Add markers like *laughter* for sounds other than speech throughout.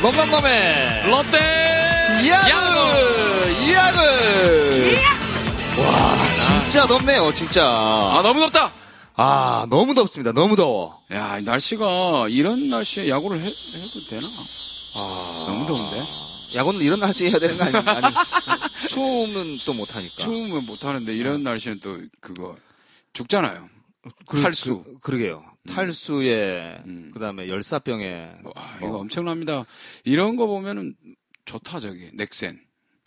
건강놈의 롯데 야구. 야구 야구 와 진짜 덥네요 진짜 아 너무 덥다. 아 너무 덥습니다 너무 더워 야 날씨가 이런 날씨에 야구를 해, 해도 되나? 너무 더운데. 야구는 이런 날씨 해야 되는 거 아니, 아니 *laughs* 추우면 또 못하니까 추우면 못 하는데 이런 날씨는 또 그거 죽잖아요. 그- 탈수. 그, 러게요 탈수에 음. 그다음에 어. 열사병에 와, 이거 엄청납니다. 이런 거 보면은 좋다 저기 넥센.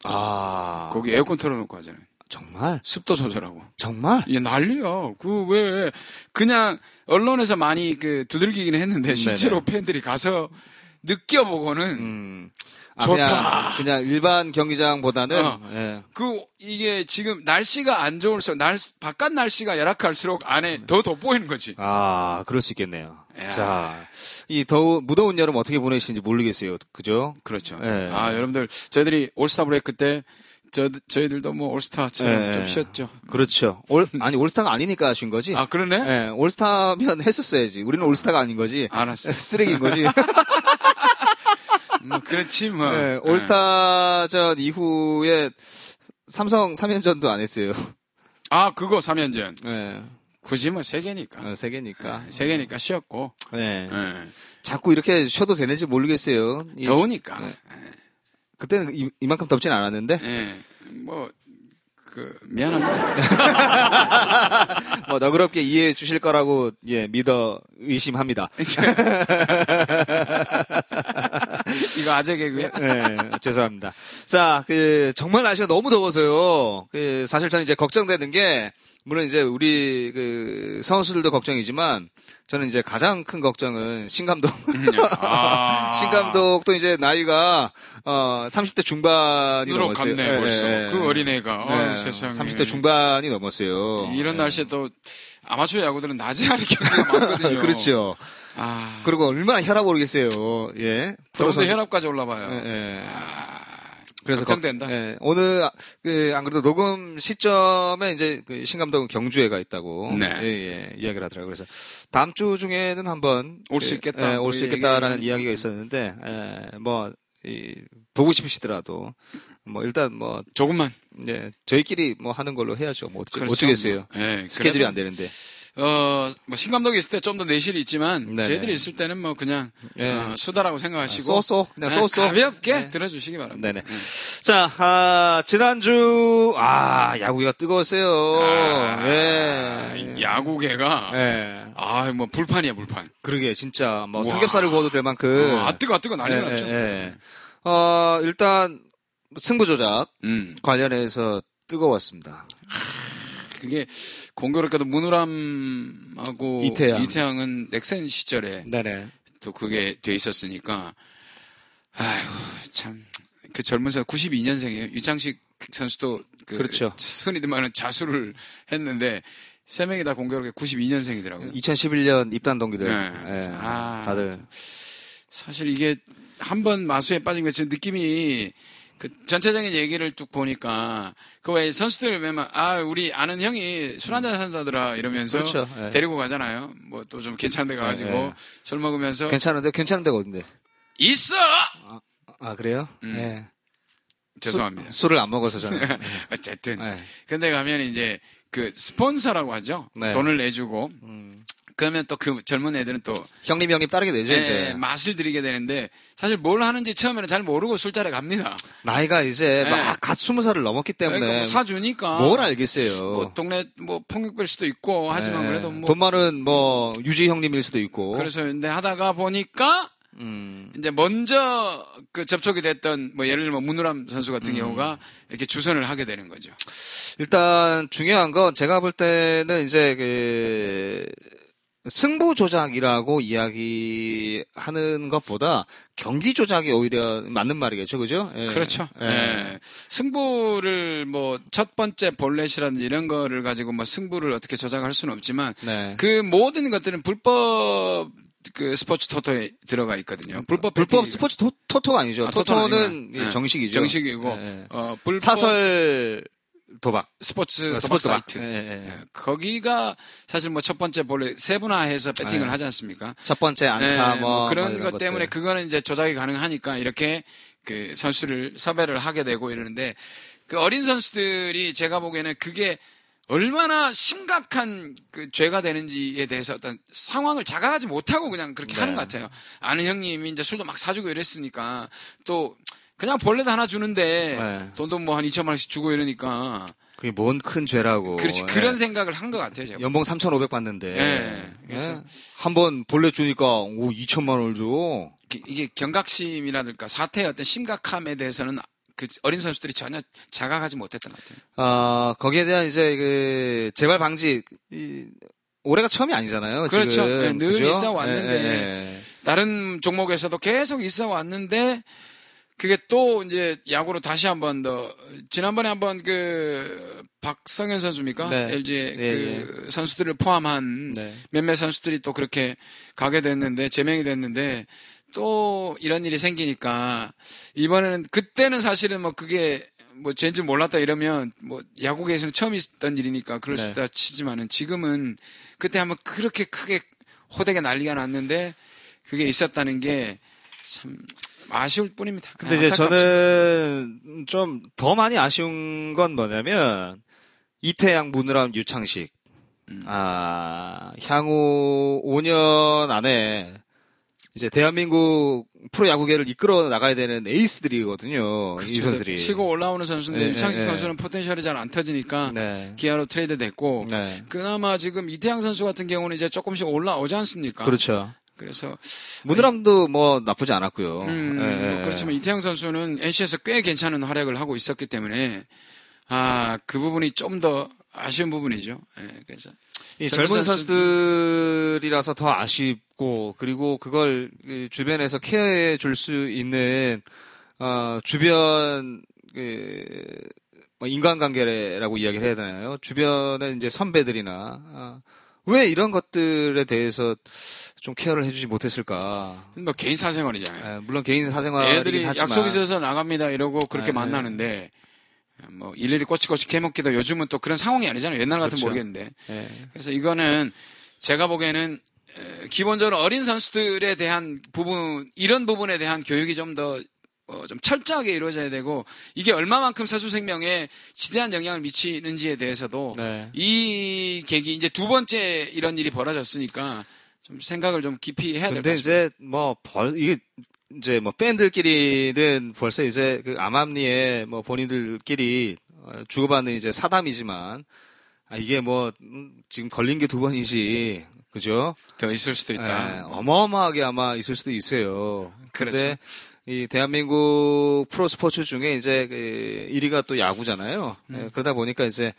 아 거기 에어컨 틀어놓고 하잖아요. 정말 습도 조절하고. 정말 이게 난리야. 그 왜 그냥 언론에서 많이 그 두들기기는 했는데 실제로 팬들이 가서 느껴보고는 음. 아, 좋다. 그냥, 그냥 일반 경기장보다는 어. 예. 그 이게 지금 날씨가 안 좋을수록 날 바깥 날씨가 열악할수록 안에 더 돋보이는 거지. 아, 그럴 수 있겠네요. 야. 자, 이 더우, 무더운 여름 어떻게 보내시는지 모르겠어요. 그죠? 그렇죠. 예. 아 여러분들 저희들이 올스타 브레이크 때 저, 저희들도 뭐 올스타처럼 예. 좀 쉬었죠. 그렇죠. *laughs* 올, 아니, 올스타가 아니니까 하신 거지. 아 그러네. 예, 올스타면 했었어야지. 우리는 올스타가 아닌 거지. *laughs* *laughs* 알았어. 쓰레기인 거지. 뭐 그렇지 뭐. 예, 올스타전 이후에 삼성 3연전도 안 했어요. *laughs* 아 그거 3연전 예, 굳이 뭐 세 개니까 어, 세 개니까. 세 개니까 쉬었고. 예. 예. 자꾸 이렇게 쉬어도 되는지 모르겠어요. 이- 더우니까. 예. 그때는 이, 이만큼 덥진 않았는데. 예. 뭐, 그, 미안합니다. 뭐 너그럽게 이해해 주실 거라고 예 믿어 의심합니다. *laughs* 이거 아재 개그야? 예, 죄송합니다. 자, 그 정말 날씨가 너무 더워서요. 그 사실 저는 이제 걱정되는 게 물론 이제 우리 그 선수들도 걱정이지만 저는 이제 가장 큰 걱정은 신감독. 음, 아. *laughs* 신감독도 이제 나이가 어 30대 중반이 누로 넘었어요. 갔네, 벌써. 그 어린애가. 예, 어우, 세상에. 30대 중반이 넘었어요. 이런 예. 날씨에 또, 아마추어 야구들은 낮에 하는 *laughs* 경우가 많거든요. 그렇죠. 아. 그리고 얼마나 혈압 오르겠어요. 예. 프로 더운데 선수- 혈압까지 올라봐요. 예, 예. 아. 그래서 걱정된다. 걱- 예, 오늘 아, 그, 안 그래도 녹음 시점에 이제 그 신감독은 경주에 가 있다고 네. 예, 예, 이야기를 하더라고요. 그래서 다음 주 중에는 한번 올수 그, 있겠다. 예, 뭐 올 수 이 있겠다라는 얘기를- 이야기가 있었는데 예, 뭐 이, 보고 싶으시더라도 뭐 일단 뭐 조금만. 예, 저희끼리 뭐 하는 걸로 해야죠. 뭐 어쩌, 그렇죠. 어쩌겠어요. 예. 스케줄이 그래도, 안 되는데. 어, 뭐, 신감독이 있을 때 좀 더 내실이 있지만, 네네. 저희들이 있을 때는 뭐, 그냥, 예. 아, 어, 수다라고 생각하시고. 쏘쏘 그냥 예, 쏘쏘. 가볍게 네. 들어주시기 바랍니다. 네네. 자, 아, 지난주 아, 야구가 뜨거웠어요. 아, 예. 야구계가 예. 아, 뭐 불판이야, 불판. 그러게 진짜 뭐 우와. 삼겹살을 구워도 될 만큼 아, 뜨거, 아, 뜨거 난리 예, 났죠. 네. 예, 예. 어, 일단 승부 조작 음, 관련해서 뜨거웠습니다. 그게 공교롭게도 문우람하고 이태양. 은 넥센 시절에 네네. 또 그게 돼 있었으니까 아휴 참. 그 젊은 선수 92년생이에요. 유창식 선수도 그 그렇죠. 순이들만은 자수를 했는데 세 명이 다 공교롭게 92년생이더라고요. 2011년 입단 동기들 네. 예, 아, 다들 사실 이게 한 번 마수에 빠진 것 지금 느낌이 그 전체적인 얘기를 쭉 보니까 그 왜 선수들 매만 아 우리 아는 형이 술 한잔 산다더라 이러면서 그렇죠. 예. 데리고 가잖아요. 뭐 또 좀 괜찮은 데 가가지고 예, 예. 술 먹으면서 괜찮은데 괜찮은 데가 어딘데? 있어 아 그래요? 음. 예. 죄송합니다. 술을 안 먹어서 *laughs* 저는. 어쨌든 예. 근데 가면 이제 그 스폰서라고 하죠. 네. 돈을 내주고 그러면 또 그 젊은 애들은 또 형님 형님 따르게 되죠 예, 이제 맛을 들이게 되는데 사실 뭘 하는지 처음에는 잘 모르고 술자리 갑니다. 나이가 이제 예. 막갓 스무 살을 넘었기 그러니까 때문에 뭐 사주니까 뭘 알겠어요. 뭐 동네 뭐 폭력될 수도 있고 하지만 예. 그래도 뭐 돈 많은 뭐 유지 형님일 수도 있고. 그래서 근데 하다가 보니까 음. 이제 먼저 그 접촉이 됐던 뭐 예를 들면 문우람 선수 음. 같은 경우가 이렇게 주선을 하게 되는 거죠. 일단 중요한 건 제가 볼 때는 이제 그 승부 조작이라고 이야기하는 것보다 경기 조작이 오히려 맞는 말이겠죠, 그죠? 예. 그렇죠. 예. 예. 승부를 뭐 첫 번째 볼넷이라든지 이런 거를 가지고 뭐 승부를 어떻게 조작할 수는 없지만 네. 그 모든 것들은 불법 그 스포츠 토토에 들어가 있거든요. 불법 불법 배팅이- 스포츠 토, 토토가 아니죠. 아, 토토는 토토는 아니구나. 예, 예. 정식이죠. 정식이고 예. 어 불법 사설 도박. 스포츠 그 도박 스포츠 도박. 사이트. 예, 예, 예. 예, 거기가 사실 뭐 첫 번째 본래 세분화해서 배팅을 예. 하지 않습니까? 첫 번째 안타 예, 뭐, 뭐 그런 이런 것 때문에 것들. 그거는 이제 조작이 가능하니까 이렇게 그 선수를 섭외를 하게 되고 이러는데 그 어린 선수들이 제가 보기에는 그게 얼마나 심각한 그 죄가 되는지에 대해서 어떤 상황을 자각하지 못하고 그냥 그렇게 네. 하는 것 같아요. 아는 형님이 이제 술도 막 사주고 이랬으니까 또 그냥 벌레도 하나 주는데 네. 돈도 뭐 한 2천만 원씩 주고 이러니까 그게 뭔 큰 죄라고. 그렇지 예. 그런 생각을 한 것 같아요. 제가. 연봉 3,500 받는데. 예, 그래서- 한번 본래 주니까 오 2천만 원을 줘. 기- 이게 경각심이라든가 사태의 어떤 심각함에 대해서는 그 어린 선수들이 전혀 자각하지 못했던 것 같아요. 아, 거기에 대한 이제 그 재발 방지 이, 올해가 처음이 아니잖아요. 그렇죠. 지금. 예, 늘 그죠? 있어 왔는데. 예, 예, 예. 다른 종목에서도 계속 있어 왔는데 그게 또 이제 야구로 다시 한번 더 지난번에 한번 그 박성현 선수입니까? 네. LG의 예, 그 선수들을 포함한 네. 몇몇 선수들이 또 그렇게 가게 됐는데 제명이 됐는데 또 이런 일이 생기니까 이번에는 그때는 사실은 뭐 그게 뭐 쟤인지 몰랐다 이러면 뭐 야구계에서는 처음 있었던 일이니까 그럴 네. 수 있다 치지만은 지금은 그때 한번 그렇게 크게 호되게 난리가 났는데 그게 있었다는 게 참 아쉬울 뿐입니다. 근데 아, 이제 안타깝죠. 저는 좀 더 많이 아쉬운 건 뭐냐면 이태양 문우람 유창식 음. 아 향후 5년 안에 이제 대한민국 프로 야구계를 이끌어 나가야 되는 에이스들이거든요 이 그렇죠. 선수들이 치고 올라오는 선수인데 예, 유창식 예, 예. 선수는 포텐셜이 잘 안 터지니까 네. 기아로 트레이드 됐고 네. 그나마 지금 이태양 선수 같은 경우는 이제 조금씩 올라오지 않습니까? 그렇죠 그래서 문우람도 뭐 나쁘지 않았고요 음, 예, 예. 뭐 그렇지만 이태양 선수는 NC에서 꽤 괜찮은 활약을 하고 있었기 때문에 아 그 부분이 좀 더 아쉬운 부분이죠. 예, 그래서 이 젊은 젊은 선수들이라서 더 아쉽고 그리고 그걸 그 주변에서 케어해 줄 수 있는 어 주변 그뭐 인간관계라고 이야기를 해야 되나요? 주변의 이제 선배들이나 어, 왜 이런 것들에 대해서 좀 케어를 해주지 못했을까? 뭐 개인 사생활이잖아요. 예, 물론 개인 사생활이긴 애들이 하지만 약속 있어서 나갑니다 이러고 그렇게 네. 만나는데 뭐 일일이 꼬치꼬치 캐먹기도 요즘은 또 그런 상황이 아니잖아요. 옛날 같으면 그렇죠. 모르겠는데. 예. 그래서 이거는 제가 보기에는 에, 기본적으로 어린 선수들에 대한 부분 이런 부분에 대한 교육이 좀 더 어, 좀 철저하게 이루어져야 되고 이게 얼마만큼 선수 생명에 지대한 영향을 미치는지에 대해서도 네. 이 계기 이제 두 번째 이런 일이 벌어졌으니까 좀 생각을 좀 깊이 해야 될 것 근데 같습니다. 이제 뭐 벌 이게 이제 뭐 팬들끼리는 벌써 이제 그 암암리에 뭐 본인들끼리 어, 주고받는 이제 사담이지만 아 이게 뭐 음, 지금 걸린 게 두 번이지 그죠? 더 있을 수도 있다. 예, 어마어마하게 아마 있을 수도 있어요. 근데 그렇죠. 이 대한민국 프로 스포츠 중에 이제 그 1위가 또 야구잖아요. 예, 음. 그러다 보니까 이제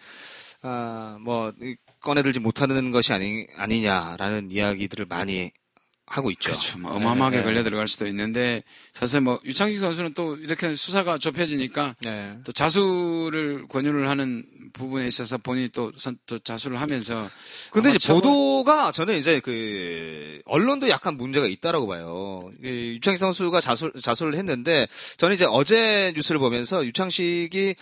아뭐 꺼내들지 못하는 것이 아니 아니냐라는 이야기들을 많이 하고 있죠. 그렇죠. 뭐 어마어마하게 예, 예. 걸려 들어갈 수도 있는데 사실 뭐 유창식 선수는 또 이렇게 수사가 좁혀지니까 예. 또 자수를 권유를 하는 부분에 있어서 본인이 또, 선- 또 자수를 하면서 근데 아마 이제 처벌- 보도가 저는 이제 그 언론도 약간 문제가 있다라고 봐요. 이 유창식 선수가 자수 자수를 했는데 저는 이제 어제 뉴스를 보면서 유창식이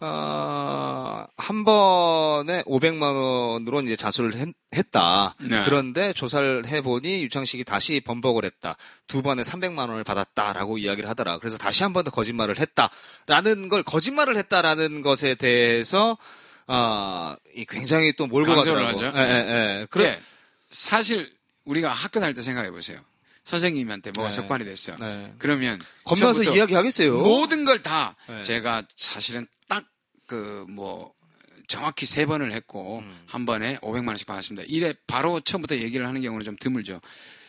어, 어한 번에 500만 원으로 이제 자수를 했, 다 네. 그런데 조사를 해보니 유창식이 다시 번복을 했다. 두 번에 300만 원을 받았다라고 이야기를 하더라. 그래서 다시 한 번 더 거짓말을 했다라는 걸 거짓말을 했다라는 것에 대해서 아, 이 굉장히 또 몰고 강조를 가더라고. 하죠. 예, 예, 예. 그래 그래. 사실 우리가 학교 다닐 때 생각해 보세요. 선생님한테 뭐가 네. 적발이 됐어. 요 네. 그러면 겁나서 처음부터 이야기하겠어요. 모든 걸 다 네. 제가 사실은 딱 그 뭐 정확히 세 번을 했고 음. 한 번에 500만 원씩 받았습니다. 이래 바로 처음부터 얘기를 하는 경우는 좀 드물죠.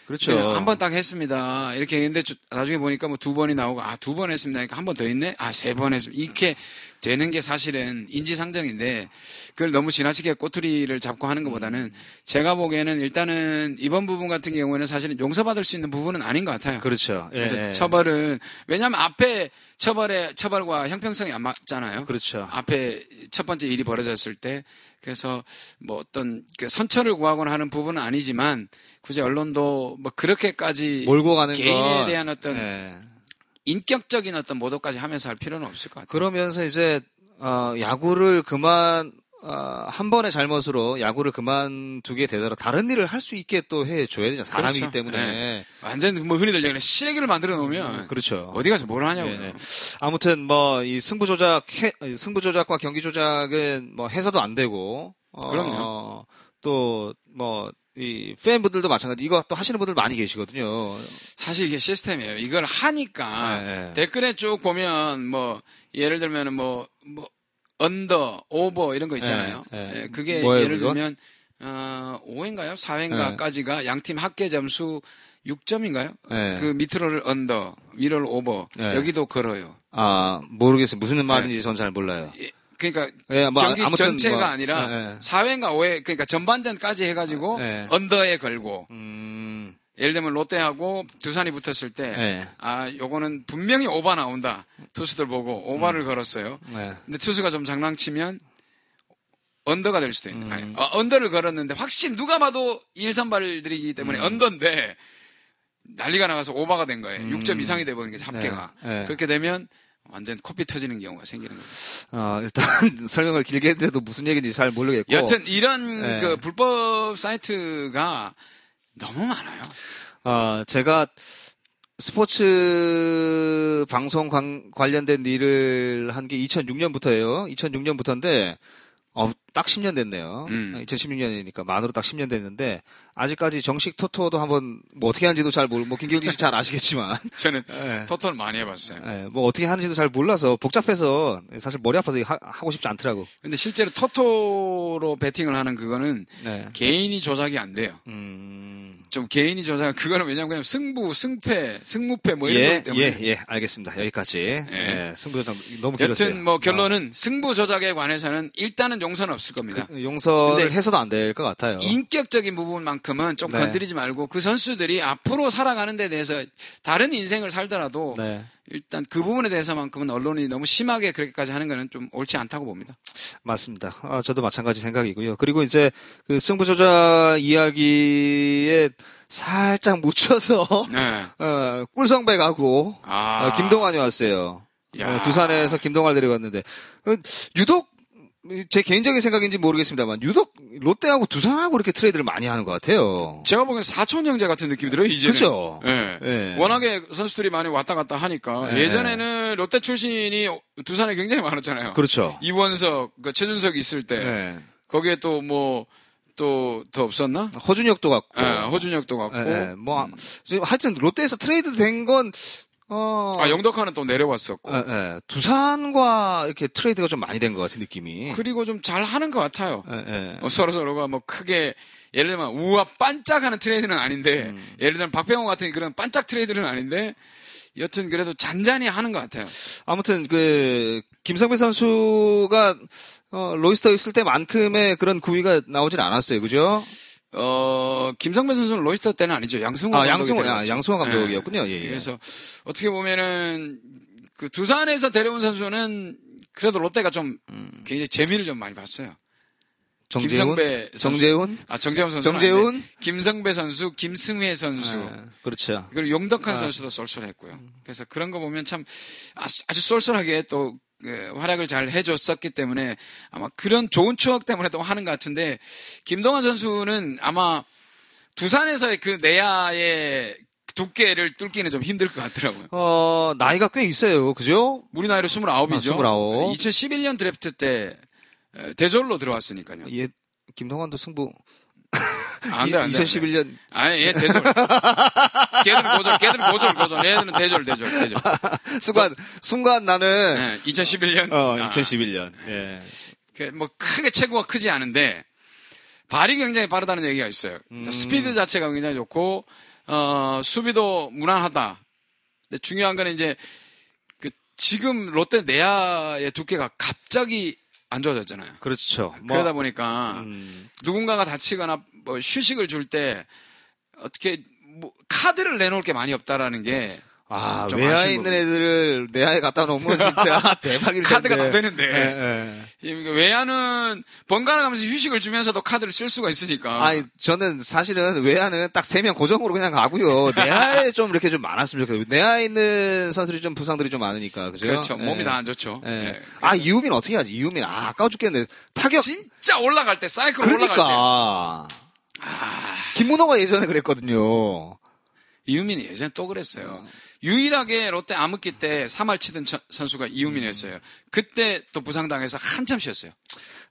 그렇죠. 예, 한 번 딱 했습니다. 이렇게 했는데 저- 나중에 보니까 뭐 두 번이 나오고 아 두 번 했습니다. 그러니까 한 번 더 했네. 아 세 번 했습니다. 이렇게 되는 게 사실은 인지상정인데 그걸 너무 지나치게 꼬투리를 잡고 하는 음. 것보다는 제가 보기에는 일단은 이번 부분 같은 경우에는 사실은 용서받을 수 있는 부분은 아닌 것 같아요. 그렇죠. 예, 그래서 예. 처벌은 왜냐하면 앞에 처벌의 처벌과 형평성이 안 맞잖아요. 그렇죠. 앞에 첫 번째 일이 벌어졌을 때 그래서 뭐 어떤 그 선처를 구하거나 하는 부분은 아니지만 굳이 언론도 뭐 그렇게까지 몰고 가는 개인에 건, 대한 어떤 예. 인격적인 어떤 모독까지 하면서 할 필요는 없을 것 같아요. 그러면서 이제 어, 야구를 그만 아, 한 번의 잘못으로 야구를 그만두게 되더라도 다른 일을 할 수 있게 또 해줘야 되잖아. 사람이기 그렇죠. 때문에. 네. 완전 뭐 흔히들 얘기하는 시래기를 만들어 놓으면 그렇죠. 어디 가서 뭘 하냐고요. 네. 아무튼 뭐 이 승부 조작 승부 조작과 경기 조작은 뭐 해서도 안 되고 어, 그럼요. 또 뭐 이 팬분들도 마찬가지 이거 또 하시는 분들 많이 계시거든요. 사실 이게 시스템이에요. 이걸 하니까 네, 네. 댓글에 쭉 보면 뭐 예를 들면은 뭐, 뭐 언더, 오버 이런 거 있잖아요. 네, 네. 예, 그게 뭐예요, 예를 그건? 들면 어 5인가요? 네. 4인가까지가 양팀 합계 점수 6점인가요? 네. 그 밑으로를 언더, 위로를 오버. 네. 여기도 걸어요. 아 모르겠어요. 무슨 말인지 전 잘 몰라요. 예, 그러니까 예, 뭐, 경기 아무튼 전체가 뭐, 예, 아니라 예. 사 4회인가 5회 그러니까 전반전까지 해가지고 예. 언더에 걸고 음, 예를 들면 롯데하고 두산이 붙었을 때 예. 아, 요거는 분명히 오바 나온다. 투수들 보고 오바를 걸었어요. 네. 근데 투수가 좀 장난치면 언더가 될 수도 있는. 음. 아니, 어, 언더를 걸었는데 확실히 누가 봐도 일선발들이기 음. 때문에 언더인데 난리가 나가서 오바가 된 거예요. 6점 이상이 돼버린 게 합계가. 음. 네, 네. 그렇게 되면 완전 코피 터지는 경우가 생기는 거예요. 아, 일단 *laughs* 설명을 길게 했는데도 무슨 얘기인지 잘 모르겠고. 여튼 이런 어. 네. 그 불법 사이트가 너무 많아요. 아, 제가 스포츠 방송 관, 관련된 일을 한 게 2006년부터예요. 2006년부터인데 어, 딱 10년 됐네요. 음. 2016년이니까 만으로 딱 10년 됐는데 아직까지 정식 토토도 한번 뭐 어떻게 하는지도 잘 모르고 뭐 김경진 씨 잘 *laughs* 아시겠지만 저는 네. 토토를 많이 해봤어요. 예, 뭐 어떻게 하는지도 잘 몰라서 복잡해서 사실 머리 아파서 하, 하고 싶지 않더라고. 근데 실제로 토토로 베팅을 하는 그거는 네. 개인이 조작이 안 돼요. 음. 좀 개인이 조작 그거는 왜냐면 그냥 승부, 승패, 승무패 뭐 이런 예, 거기 때문에. 네. 예, 예, 알겠습니다. 여기까지. 예, 승부조장 너무 길었어요. 여튼 뭐 결론은 아. 승부 조작에 관해서는 일단은 용서는 없을 겁니다. 네, 용서를 아, 근데 해서도 안 될 것 같아요. 인격적인 부분만큼은 좀 어. 네. 건드리지 말고 그 선수들이 앞으로 살아가는 데 대해서 다른 인생을 살더라도 네. 일단 그 부분에 대해서만큼은 언론이 너무 심하게 그렇게까지 하는 거는 좀 옳지 않다고 봅니다. 맞습니다. 아, 저도 마찬가지 생각이고요. 그리고 이제 그 승부조작 이야기에 살짝 묻혀서 *laughs* 네. 어, 꿀성배 가고 아. 어, 김동환이 왔어요. 야. 어, 두산에서 김동환 데려갔는데 어, 유독 제 개인적인 생각인지 모르겠습니다만 유독 롯데하고 두산하고 이렇게 트레이드를 많이 하는 것 같아요. 제가 보기엔 사촌 형제 같은 느낌이 들어요, 이제는. 그죠? 예. 예. 워낙에 선수들이 많이 왔다 갔다 하니까 예. 예. 전에는 롯데 출신이 두산에 굉장히 많았잖아요. 그렇죠. 이원석, 그 최준석 있을 때 예. 거기에 또 뭐 또 더 없었나? 허준혁도 갔고 예, 호준혁도 갔고 어. 예, 예. 뭐 지금 하여튼 롯데에서 트레이드 된건 어, 아 영덕하는 또 내려왔었고 예, 예. 두산과 이렇게 트레이드가 좀 많이 된 것 같은 느낌이. 그리고 좀 잘 하는 것 같아요. 예, 예. 서로 서로가 뭐 크게 예를 들면 우와 반짝하는 트레이드는 아닌데 음. 예를 들면 박병호 같은 그런 반짝 트레이드는 아닌데 여튼 그래도 잔잔히 하는 것 같아요. 아무튼 그 김성배 선수가 어, 로이스터 있을 때만큼의 그런 구위가 나오진 않았어요, 그죠? 어, 김성배 선수는 로이스터 때는 아니죠. 양승호 아, 감독이 양승호, 아, 데려왔죠. 양승호 감독이었군요. 예. 예, 예. 그래서 어떻게 보면은 그 두산에서 데려온 선수는 그래도 롯데가 좀 굉장히 재미를 좀 많이 봤어요. 음. 정재훈, 김성배 선수. 정재훈, 아, 정재훈 선수. 정재훈? 김성배 선수, 김승회 선수. 예, 그렇죠. 그리고 용덕한 선수도 쏠쏠했고요. 그래서 그런 거 보면 참 아, 아주 쏠쏠하게 또 그, 활약을 잘 해줬었기 때문에 아마 그런 좋은 추억 때문에 또 하는 것 같은데 김동환 선수는 아마 두산에서의 그 내야의 두께를 뚫기는 좀 힘들 것 같더라고요. 어 나이가 꽤 있어요, 그죠? 우리 나이로 29이죠. 아, 29. 2011년 드래프트 때 에, 대졸로 들어왔으니까요. 아, 예, 김동환도 승부 안 돼, 안 돼, 안 돼. 2011년 아니, 얘 대졸. 걔들은 고졸, 걔들은 고졸, 고졸. 얘들은 대졸, 대졸, 대졸. 아, 순간 순간 나는 네, 2011년. 어 2011년. 예. 그뭐 크게 체구가 크지 않은데 발이 굉장히 빠르다는 얘기가 있어요. 음. 스피드 자체가 굉장히 좋고 어, 수비도 무난하다. 근데 중요한 건 이제 그 지금 롯데 내야의 두께가 갑자기 안 좋아졌잖아요. 그렇죠. 뭐, 그러다 보니까 음, 누군가가 다치거나 뭐 휴식을 줄 때 어떻게 뭐 카드를 내놓을 게 많이 없다라는 게 아, 좀 외야에 아쉬운 있는 부분. 애들을 내야에 갖다 놓으면 진짜 *laughs* 대박일 텐데. 카드가 다 예, 되는데 예. 그러니까 외야는 번갈아 가면서 휴식을 주면서도 카드를 쓸 수가 있으니까 아니, 저는 사실은 외야는 딱 세 명 고정으로 그냥 가고요. 내야에 좀 이렇게 좀 많았으면 좋겠어요. 내야에 있는 선수들이 좀 부상들이 좀 많으니까. 그죠? 그렇죠 예. 몸이 다 안 좋죠 예. 예. 아, 이유민 어떻게 하지? 이유민, 아, 아까워 죽겠는데. 타격. 진짜 올라갈 때 사이클 올라갈 때 그러니까. 아. 김문호가 예전에 그랬거든요. 이유민이 예전에 또 그랬어요 유일하게 롯데 암흑기 때 3할 치던 천- 선수가 이유민이었어요 음. 그때 또 부상당해서 한참 쉬었어요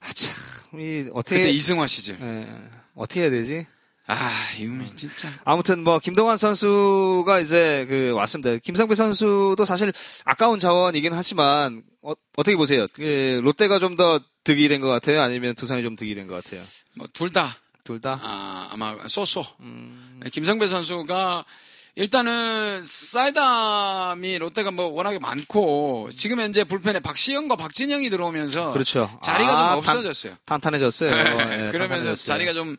아, 참, 이, 그때 어떻게, 이승화 시즌 예, 어떻게 해야 되지? 아 이유민 진짜 아무튼 뭐 김동환 선수가 이제 그 왔습니다. 김상배 선수도 사실 아까운 자원이긴 하지만 어, 떻게 보세요? 그 롯데가 좀 더 득이 된 것 같아요? 아니면 두산이 좀 득이 된 것 같아요? 뭐둘다 둘 다? 아, 아마 쏘쏘. 김성배 선수가 일단은 사이담이 롯데가 뭐 워낙에 많고 지금 현재 불펜에 박시영과 박진영이 들어오면서 그렇죠. 자리가 아, 네, 좀 없어졌어요. 탄, 탄해졌어요 네. *laughs* 그러면서 자리가 좀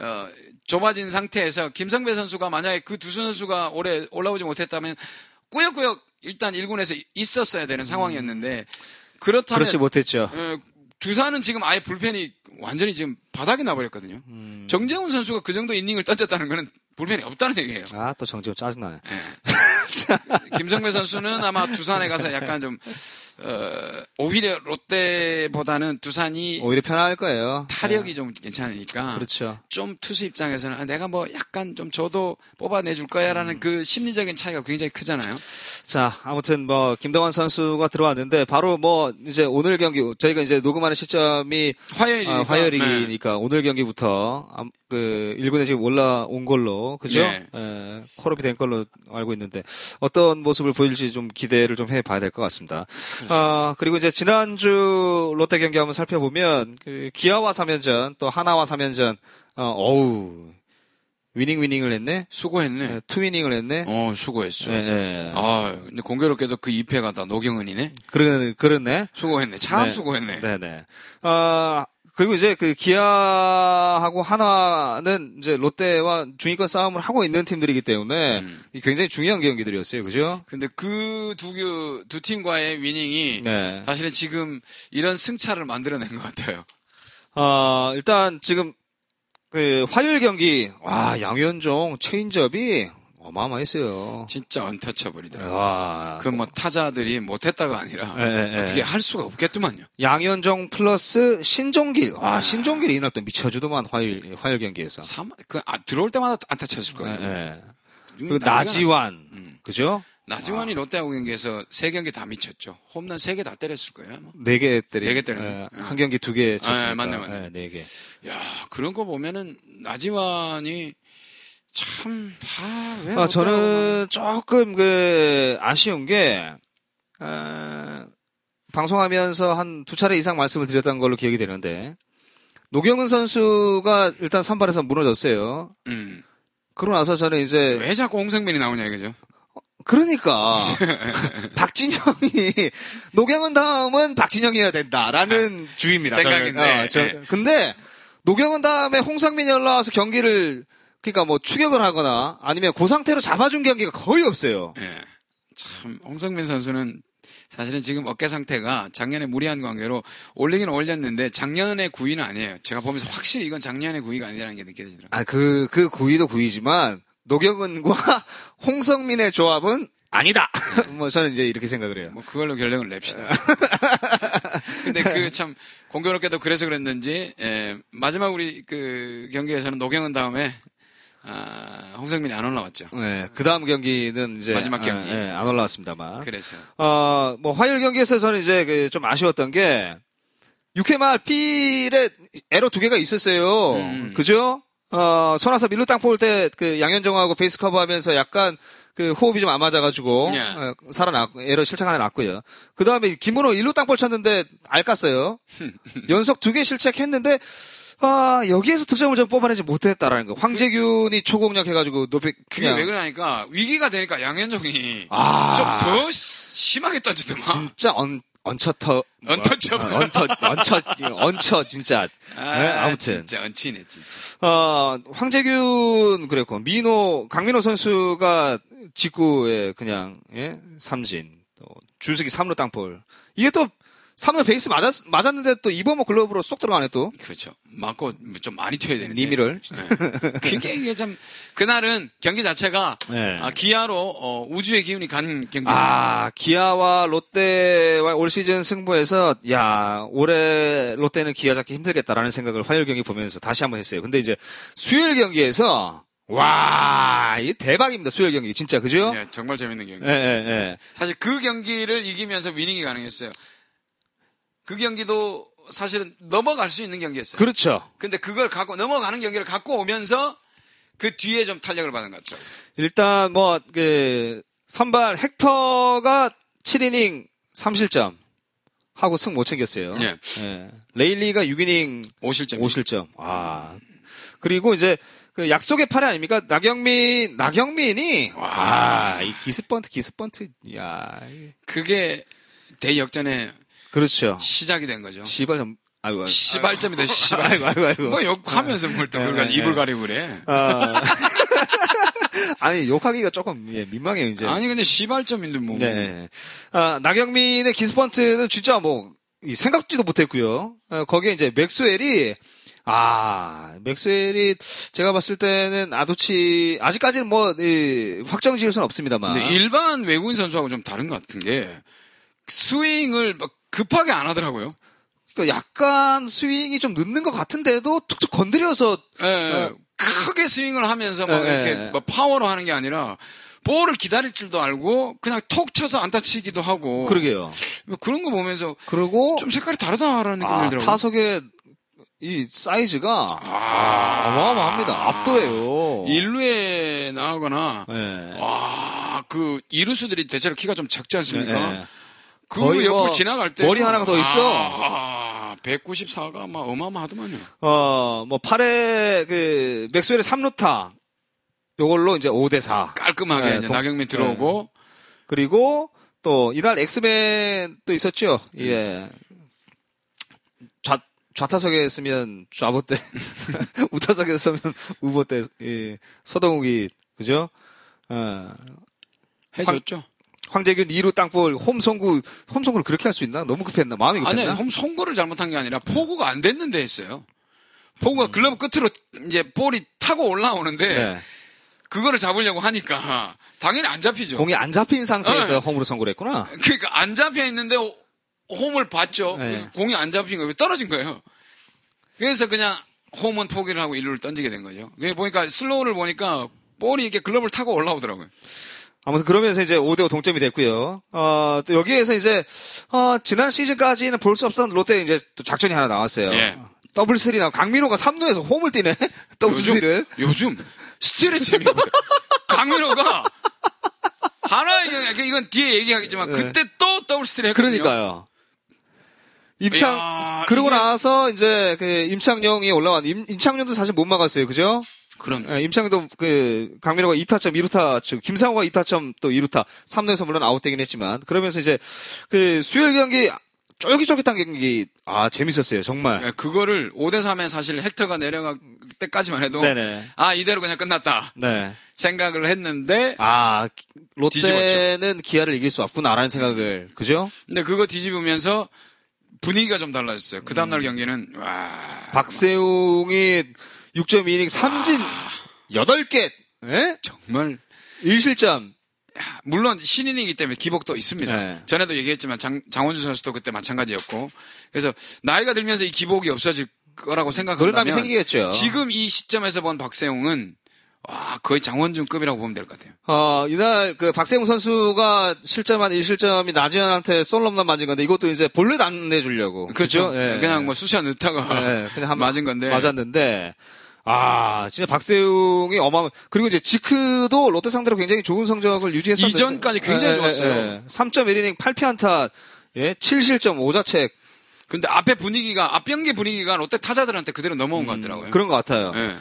어, 좁아진 상태에서 김성배 선수가 만약에 그 두 선수가 올해 올라오지 못했다면 꾸역꾸역 일단 1군에서 있었어야 되는 상황이었는데 그렇다면 음. 그렇지 못했죠. 어, 두산은 지금 아예 불펜이 완전히 지금 바닥이 나버렸거든요. 음. 정재훈 선수가 그 정도 이닝을 던졌다는 거는 불펜이 없다는 얘기예요. 아 또 정지훈 짜증나네. 예. 김성배 선수는 아마 두산에 가서 약간 좀 어, 오히려 롯데보다는 두산이 오히려 편할 거예요. 타력이 좀 괜찮으니까 네, 그렇죠. 좀 투수 입장에서는 아, 내가 뭐 약간 좀 저도 뽑아내줄 거야라는 음. 그 심리적인 차이가 굉장히 크잖아요. 자, 아무튼 뭐 김동환 선수가 들어왔는데 바로 뭐 이제 오늘 경기 저희가 이제 녹음하는 시점이 화요일이니까. 네. 아, 화요일이니까 오늘 경기부터 암- 그 1군에 지금 올라온 걸로 그죠? 예. 예, 콜업이 된 걸로 알고 있는데 어떤 모습을 보일지 좀 기대를 좀 해봐야 될 것 같습니다. 아, 그리고 이제 지난주 롯데 경기 한번 살펴보면 그 기아와 3연전 또 하나와 3연전 어, 어우 위닝 위닝을 했네. 수고했네. 예, 투위닝을 했네. 어 수고했어. 예, 예. 아 근데 공교롭게도 그 2패가 다 노경은이네. 그러, 그렇네. 수고했네. 참 네. 수고했네. 네네. 아 그리고 이제 그 기아하고 하나는 이제 롯데와 중위권 싸움을 하고 있는 팀들이기 때문에 음. 이 굉장히 중요한 경기들이었어요, 그죠? 근데 그 두, 두 팀과의 위닝이 네. 사실은 지금 이런 승차를 만들어낸 것 같아요. 아 일단 지금 그 화요일 경기 와 양현종 체인지업이 어마어마했어요. 진짜 언터쳐버리더라고요. 와. 그 뭐 타자들이 못했다가 아니라 아. 예, 예, 예. 어떻게 할 수가 없겠더만요. 양현종 플러스 신종길. 아. 와, 신종길이 이날 또 미쳐주더만, 화요일, 화요일 경기에서. 삼- 그, 아, 들어올 때마다 안타 쳤을 예, 거예요. 예. 지금 그리고 음. 난리가 나지완. 음. 그죠? 나- 나지완이 롯데하고 경기에서 세 경기 다 미쳤죠. 홈런 세 개 다 때렸을 거예요. 뭐. 아마. 네 개 때리. 네개 때렸네. 예, 한 경기 두 개 쳤으니까. 예, 맞네, 맞네. 예, 네 개. 야 그런 거 보면은 나지완이 참, 아, 왜. 아, 롯데하고만- 저는 조금 그 아쉬운 게 아, 방송하면서 한 두 차례 이상 말씀을 드렸던 걸로 기억이 되는데 노경은 선수가 일단 선발에서 무너졌어요. 음. 그러고 나서 저는 이제 왜 자꾸 홍성민이 나오냐 이거죠. *laughs* 그러니까 박진영이 노경은 다음은 박진영이어야 된다라는 아, 주의입니다. 생각인데. 저는. 네, 예. 근데 노경은 다음에 홍상민이 올라와서 경기를 그러니까 뭐 추격을 하거나 아니면 그 상태로 잡아준 경기가 거의 없어요. 예. 참 홍성민 선수는 사실은 지금 어깨 상태가 작년에 무리한 관계로 올리긴 올렸는데 작년의 구위는 아니에요. 제가 보면서 확실히 이건 작년의 구위가 아니라는 게 느껴지더라고요. 아 그 그 구위도 구위지만 노경은과 *laughs* 홍성민의 조합은 아니다. *laughs* 뭐 저는 이제 이렇게 생각을 해요. 뭐 그걸로 결론을 *laughs* 냅시다. 근데 그 참 공교롭게도 그래서 그랬는지 예, 마지막 우리 그 경기에서는 노경은 다음에 아, 홍성민이 안 올라왔죠. 네, 그 다음 경기는 이제 마지막 경기. 아, 예, 안 올라왔습니다만. 그래서 어, 뭐, 화요일 경기에서 저는 이제 그 좀 아쉬웠던 게, 6회 말 필에 에러 두 개가 있었어요. 음. 그죠? 어, 손아섭 일루 땅 뽑을 때 그 양현종하고 베이스 커버 하면서 약간 그 호흡이 좀 안 맞아가지고, 예. 어, 살아났고, 에러 실책 하나 났고요. 그 다음에 김문호 일루 땅볼 쳤는데 *laughs* 알깠어요. 연속 두 개 실책했는데, 아, 여기에서 득점을 좀 뽑아내지 못했다라는 거. 황재균이 초공략 해가지고 높이, 그게 그냥. 왜 그러냐니까 위기가 되니까 양현종이 아. 좀 더 심하게 던지더만. 진짜 언 언처터 언터처블. 어, 언터 언처 언처 진짜 네, 아무튼 진짜 언치네 진짜. 어, 황재균 그랬고 민호 강민호 선수가 직구에 그냥 예? 삼진 또 주석이 3루 땅볼 이게 또 3루 베이스 맞았, 맞았는데 또 이범호 글러브로 쏙 들어가네 또 그렇죠. 맞고 좀 많이 튀어야 되는데. 네. 니미를 그게 이게 참 그날은 경기 자체가 네. 아, 기아로 어, 우주의 기운이 간 경기. 아 기아와 롯데와 올 시즌 승부에서 야 올해 롯데는 기아 잡기 힘들겠다라는 생각을 화요일 경기 보면서 다시 한번 했어요. 근데 이제 수요일 경기에서 와이 대박입니다. 수요일 경기 진짜 그죠? 네, 정말 재밌는 경기. 예, 예, 사실 그 경기를 이기면서 위닝이 가능했어요. 그 경기도 사실은 넘어갈 수 있는 예. 경기였어요. 그렇죠. 근데 그걸 갖고 넘어가는 경기를 갖고 오면서 그 뒤에 좀 탄력을 받은 것 같죠. 일단 뭐 그 선발 헥터가 7이닝 3실점 하고 승 못 챙겼어요. 예. 예. 레일리가 6이닝 오실점. 5실점. 아. 그리고 이제 그 약속의 팔이 아닙니까? 나경민, 나경민이 와. 아, 이 기습번트, 기습번트. 야. 이- 그게 대역전의 그렇죠. 시작이 된 거죠. 시발 좀 아이고. 아이고. 시발점이 돼, 아이고 시발점. 아이고 아이고. 뭐 욕하면서 뭘또 그걸 가지고 네, 입을 네. 가리고 그래. 아. *laughs* 아니, 욕하기가 조금 예, 민망해요, 이제. 아니, 근데 시발점인데 뭐. 네. 아, 나경민의 기습번트는 진짜 뭐, 이 생각지도 못했고요. 어, 거기에 이제 맥스웰이, 아, 맥스웰이 제가 봤을 때는 아도치, 아직까지는 뭐, 이, 확정 지을 수는 없습니다만. 근데 일반 외국인 선수하고 좀 다른 것 같은 게 스윙을 막 급하게 안 하더라고요. 그러니까 약간 스윙이 좀 늦는 것 같은데도 툭툭 건드려서, 예, 어. 크게 스윙을 하면서 막 예, 이렇게 예. 막 파워로 하는 게 아니라 볼을 기다릴 줄도 알고 그냥 톡 쳐서 안타 치기도 하고 그러게요. 뭐 그런 거 보면서 그리고, 좀 색깔이 다르다라는 느낌이 아, 들더라고요. 타석의 이 사이즈가, 어마어마합니다. 압도해요. 아, 일루에 아, 나가거나 예. 와, 그 이루수들이 대체로 키가 좀 작지 않습니까? 예. 그 거의 옆을 뭐 지나갈 때 머리 하나가 더 있어. 아, 194가 막 어마어마하더만요. 어, 뭐, 8회, 그, 맥스웰의 3루타. 요걸로 이제 5대4. 깔끔하게 네, 이제 동- 나경민 들어오고 그리고 또, 이날 엑스맨 또 있었죠. 음. 예. 좌, 좌타석에 쓰면 *laughs* 좌보대. *laughs* 우타석에 쓰면 우보대. 예. 서동욱이, 그죠? 어, 네. 해줬죠. 황재균 2루 땅볼, 홈송구, 홈송구를 그렇게 할 수 있나? 너무 급했나? 마음이 아니, 급했나? 홈 송구를 잘못한 게 아니라 포구가 안 됐는데 했어요. 포구가 글러브 끝으로 이제 볼이 타고 올라오는데 음. 네. 그거를 잡으려고 하니까 당연히 안 잡히죠. 공이 안 잡힌 상태에서 네. 홈으로 선구를 했구나. 그러니까 안 잡혀 있는데 호- 홈을 봤죠. 그러니까 네. 공이 안 잡힌 거예요. 떨어진 거예요. 그래서 그냥 홈은 포기를 하고 일루를 던지게 된 거죠. 그게 보니까 슬로우를 보니까 볼이 이렇게 글러브를 타고 올라오더라고요. 아무튼 그러면서 이제 5대5 동점이 됐고요. 어, 또 여기에서 이제 어, 지난 시즌까지는 볼 수 없었던 롯데 이제 또 작전이 하나 나왔어요. 예. 더블 스리 나 강민호가 3루에서 홈을 뛰네. *laughs* 더블 스리를. 요즘 스틸의 재미거든. 강민호가 하나의 경우, 이건 뒤에 얘기하겠지만 그때 또 더블 스틸 했거든요. 네. 그러니까요. 임창 이야, 그러고 이게- 나서 이제 그 임창용이 올라왔 임, 임창용도 사실 못 막았어요. 그죠? 그럼 예, 임창용도 그 강민호가 2타점 2루타 즉 김상호가 2타점 또 2루타 3루에서 물론 아웃되긴 했지만 그러면서 이제 그 수요일 경기 쫄깃쫄깃한 경기 아 재밌었어요. 정말. 예, 그거를 5대 3에 사실 헥터가 내려갈 때까지만 해도 네네. 아 이대로 그냥 끝났다 네. 생각을 했는데 아, 기- 롯데는 뒤집었죠. 기아를 이길 수 없구나라는 생각을, 그죠? 근데 그거 뒤집으면서 분위기가 좀 달라졌어요. 그 다음날 경기는 와 박세웅이 아. 6.2이닝 삼진 아, 8개, 예? 정말 1실점. 물론 신인이기 때문에 기복도 있습니다. 네. 전에도 얘기했지만 장, 장원준 선수도 그때 마찬가지였고 그래서 나이가 들면서 이 기복이 없어질 거라고 그런감이 생각한다면 생기겠죠. 지금 이 시점에서 본 박세웅은 와 거의 장원준급이라고 보면 될 것 같아요. 어, 이날 그 박세웅 선수가 실점한 1실점이 나지현한테 솔럼런 맞은 건데 이것도 이제 볼넷 안 내주려고. 그렇죠? 예. 그냥 뭐 수샷 넣다가 예, *laughs* 그냥 한 맞은 건데 맞았는데 아 진짜 박세웅이 어마어마 그리고 이제 지크도 롯데 상대로 굉장히 좋은 성적을 유지했었는데 예, 이전까지 굉장히 좋았어요. 3.1이닝 8피안타 예 7실점 5자책 근데 앞에 분위기가 앞 경기 분위기가 롯데 타자들한테 그대로 넘어온 것 같더라고요. 음, 그런 것 같아요. 예.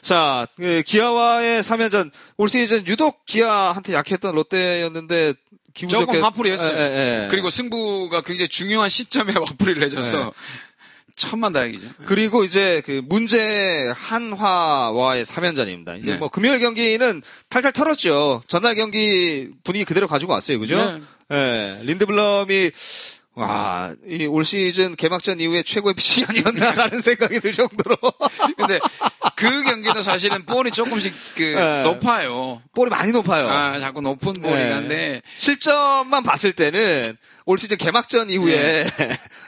자 예, 기아와의 3연전 올 시즌 유독 기아한테 약했던 롯데였는데 기분 조금 좋게 화풀이 했어요. 예, 예, 예. *laughs* 그리고 승부가 굉장히 중요한 시점에 와플이를 해줘서 천만 다행이죠. 그리고 이제 그 문제 한화와의 3연전입니다. 이제 네. 뭐 금요일 경기는 탈탈 털었죠. 전날 경기 분위기 그대로 가지고 왔어요. 그죠? 네. 예, 린드블럼이 와, 이 올 시즌 개막전 이후에 최고의 피칭이 아니었나라는 *laughs* 생각이 들 정도로 근데 그 경기도 사실은 볼이 조금씩 그 네. 높아요. 볼이 많이 높아요. 아, 자꾸 높은 볼이 네. 한데 실점만 봤을 때는 올 시즌 개막전 이후에 *laughs*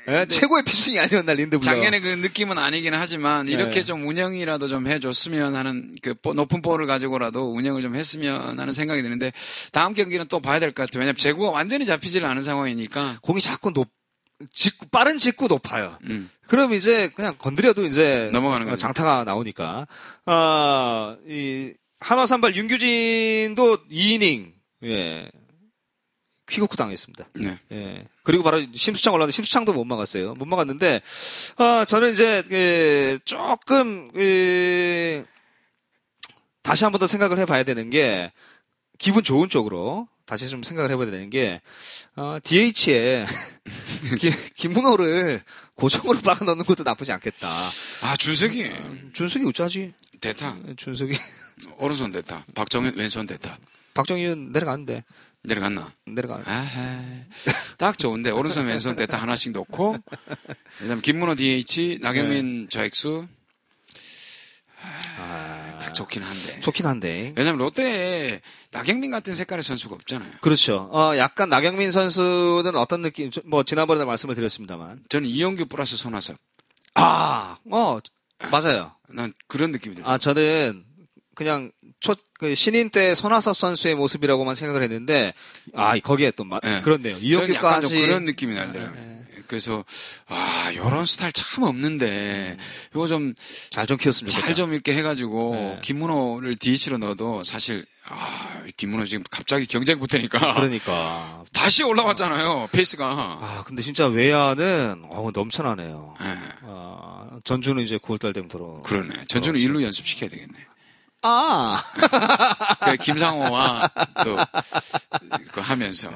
예, 최고의 피칭이 아니었나 린드블럼. 네. 작년에 그 느낌은 아니긴 하지만 이렇게 그렇죠. 네. 좀 운영이라도 좀 해줬으면 하는 그 볼- 높은 볼을 가지고라도 운영을 좀 했으면 하는 생각이 드는데 다음 경기는 또 봐야 될 것 같아요. 왜냐면 제구가 완전히 잡히질 않은 상황이니까. 공이 자꾸 높 직구 빠른 직구 높아요. 음. 그럼 이제 그냥 건드려도 이제 넘어가는 어, 거죠. 장타가 나오니까 아, 이 한화 선발 윤규진도 2이닝 예. 퀴고크 당했습니다. 네. 예. 그리고 바로 심수창 올라왔는데 심수창도 못 막았어요. 못 막았는데 아, 저는 이제 그 조금 그 다시 한 번 더 생각을 해 봐야 되는 게 기분 좋은 쪽으로 다시 좀 생각을 해봐야 되는 게 어, DH에 *laughs* 김문호를 고정으로 *laughs* 박아 넣는 것도 나쁘지 않겠다. 아 주석이 준석이 우짜지. 대타 준석이 오른손 대타 박정현 왼손 대타 박정희는 내려가는데 내려갔나? 내려가. 아하, 딱 좋은데 오른손 왼손 대타 하나씩 넣고 그다음 김문호 네. DH 나경민 좌익수 아, 딱 좋긴 한데 좋긴 한데. 왜냐면 롯데에 나경민 같은 색깔의 선수가 없잖아요. 그렇죠. 어, 약간 나경민 선수는 어떤 느낌? 저- 뭐 지난번에도 말씀을 드렸습니다만. 저는 이영규 플러스 손아섭 아, 어 맞아요. 난 그런 느낌이 들어요. 아 저는 그냥 초, 그 신인 때 손아섭 선수의 모습이라고만 생각을 했는데 아 거기에 또 마, 네. 그렇네요. 저는 약간 좀 이영규까지 네, 그런 느낌이 나더라고요. 그래서 아 요런 스타일 참 음. 없는데 이거 좀 잘 좀 키웠으면 잘 좋겠다. 좀 이렇게 해가지고 음. 네. 김문호를 DH로 넣어도 사실 아 김문호 지금 갑자기 경쟁 붙으니까 그러니까. 다시 올라왔잖아요 페이스가. 아, 근데 진짜 외야는 어우, 넘쳐나네요. 예, 아, 전주는 이제 9월달 되면 들어. 그러네. 전주는 일루 연습시켜야 되겠네. 아! 그 김상호와 또 그거 하면서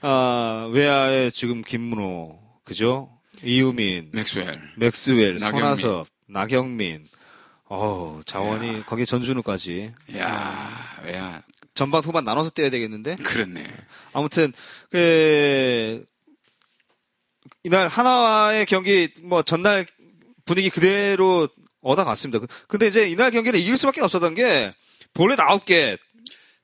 아, 외야에 지금 김문호, 그죠? 이유민, 맥스웰. 맥스웰, 나경민. 손아섭, 나경민. 어우, 자원이, 거기 전준우까지. 야, 야, 전반, 후반 나눠서 뛰어야 되겠는데? 그렇네. 아무튼 그 이날 하나와의 경기 뭐 전날 분위기 그대로 얻어갔습니다. 그- 근데 이제 이날 경기를 이길 수밖에 없었던 게 볼넷 9개,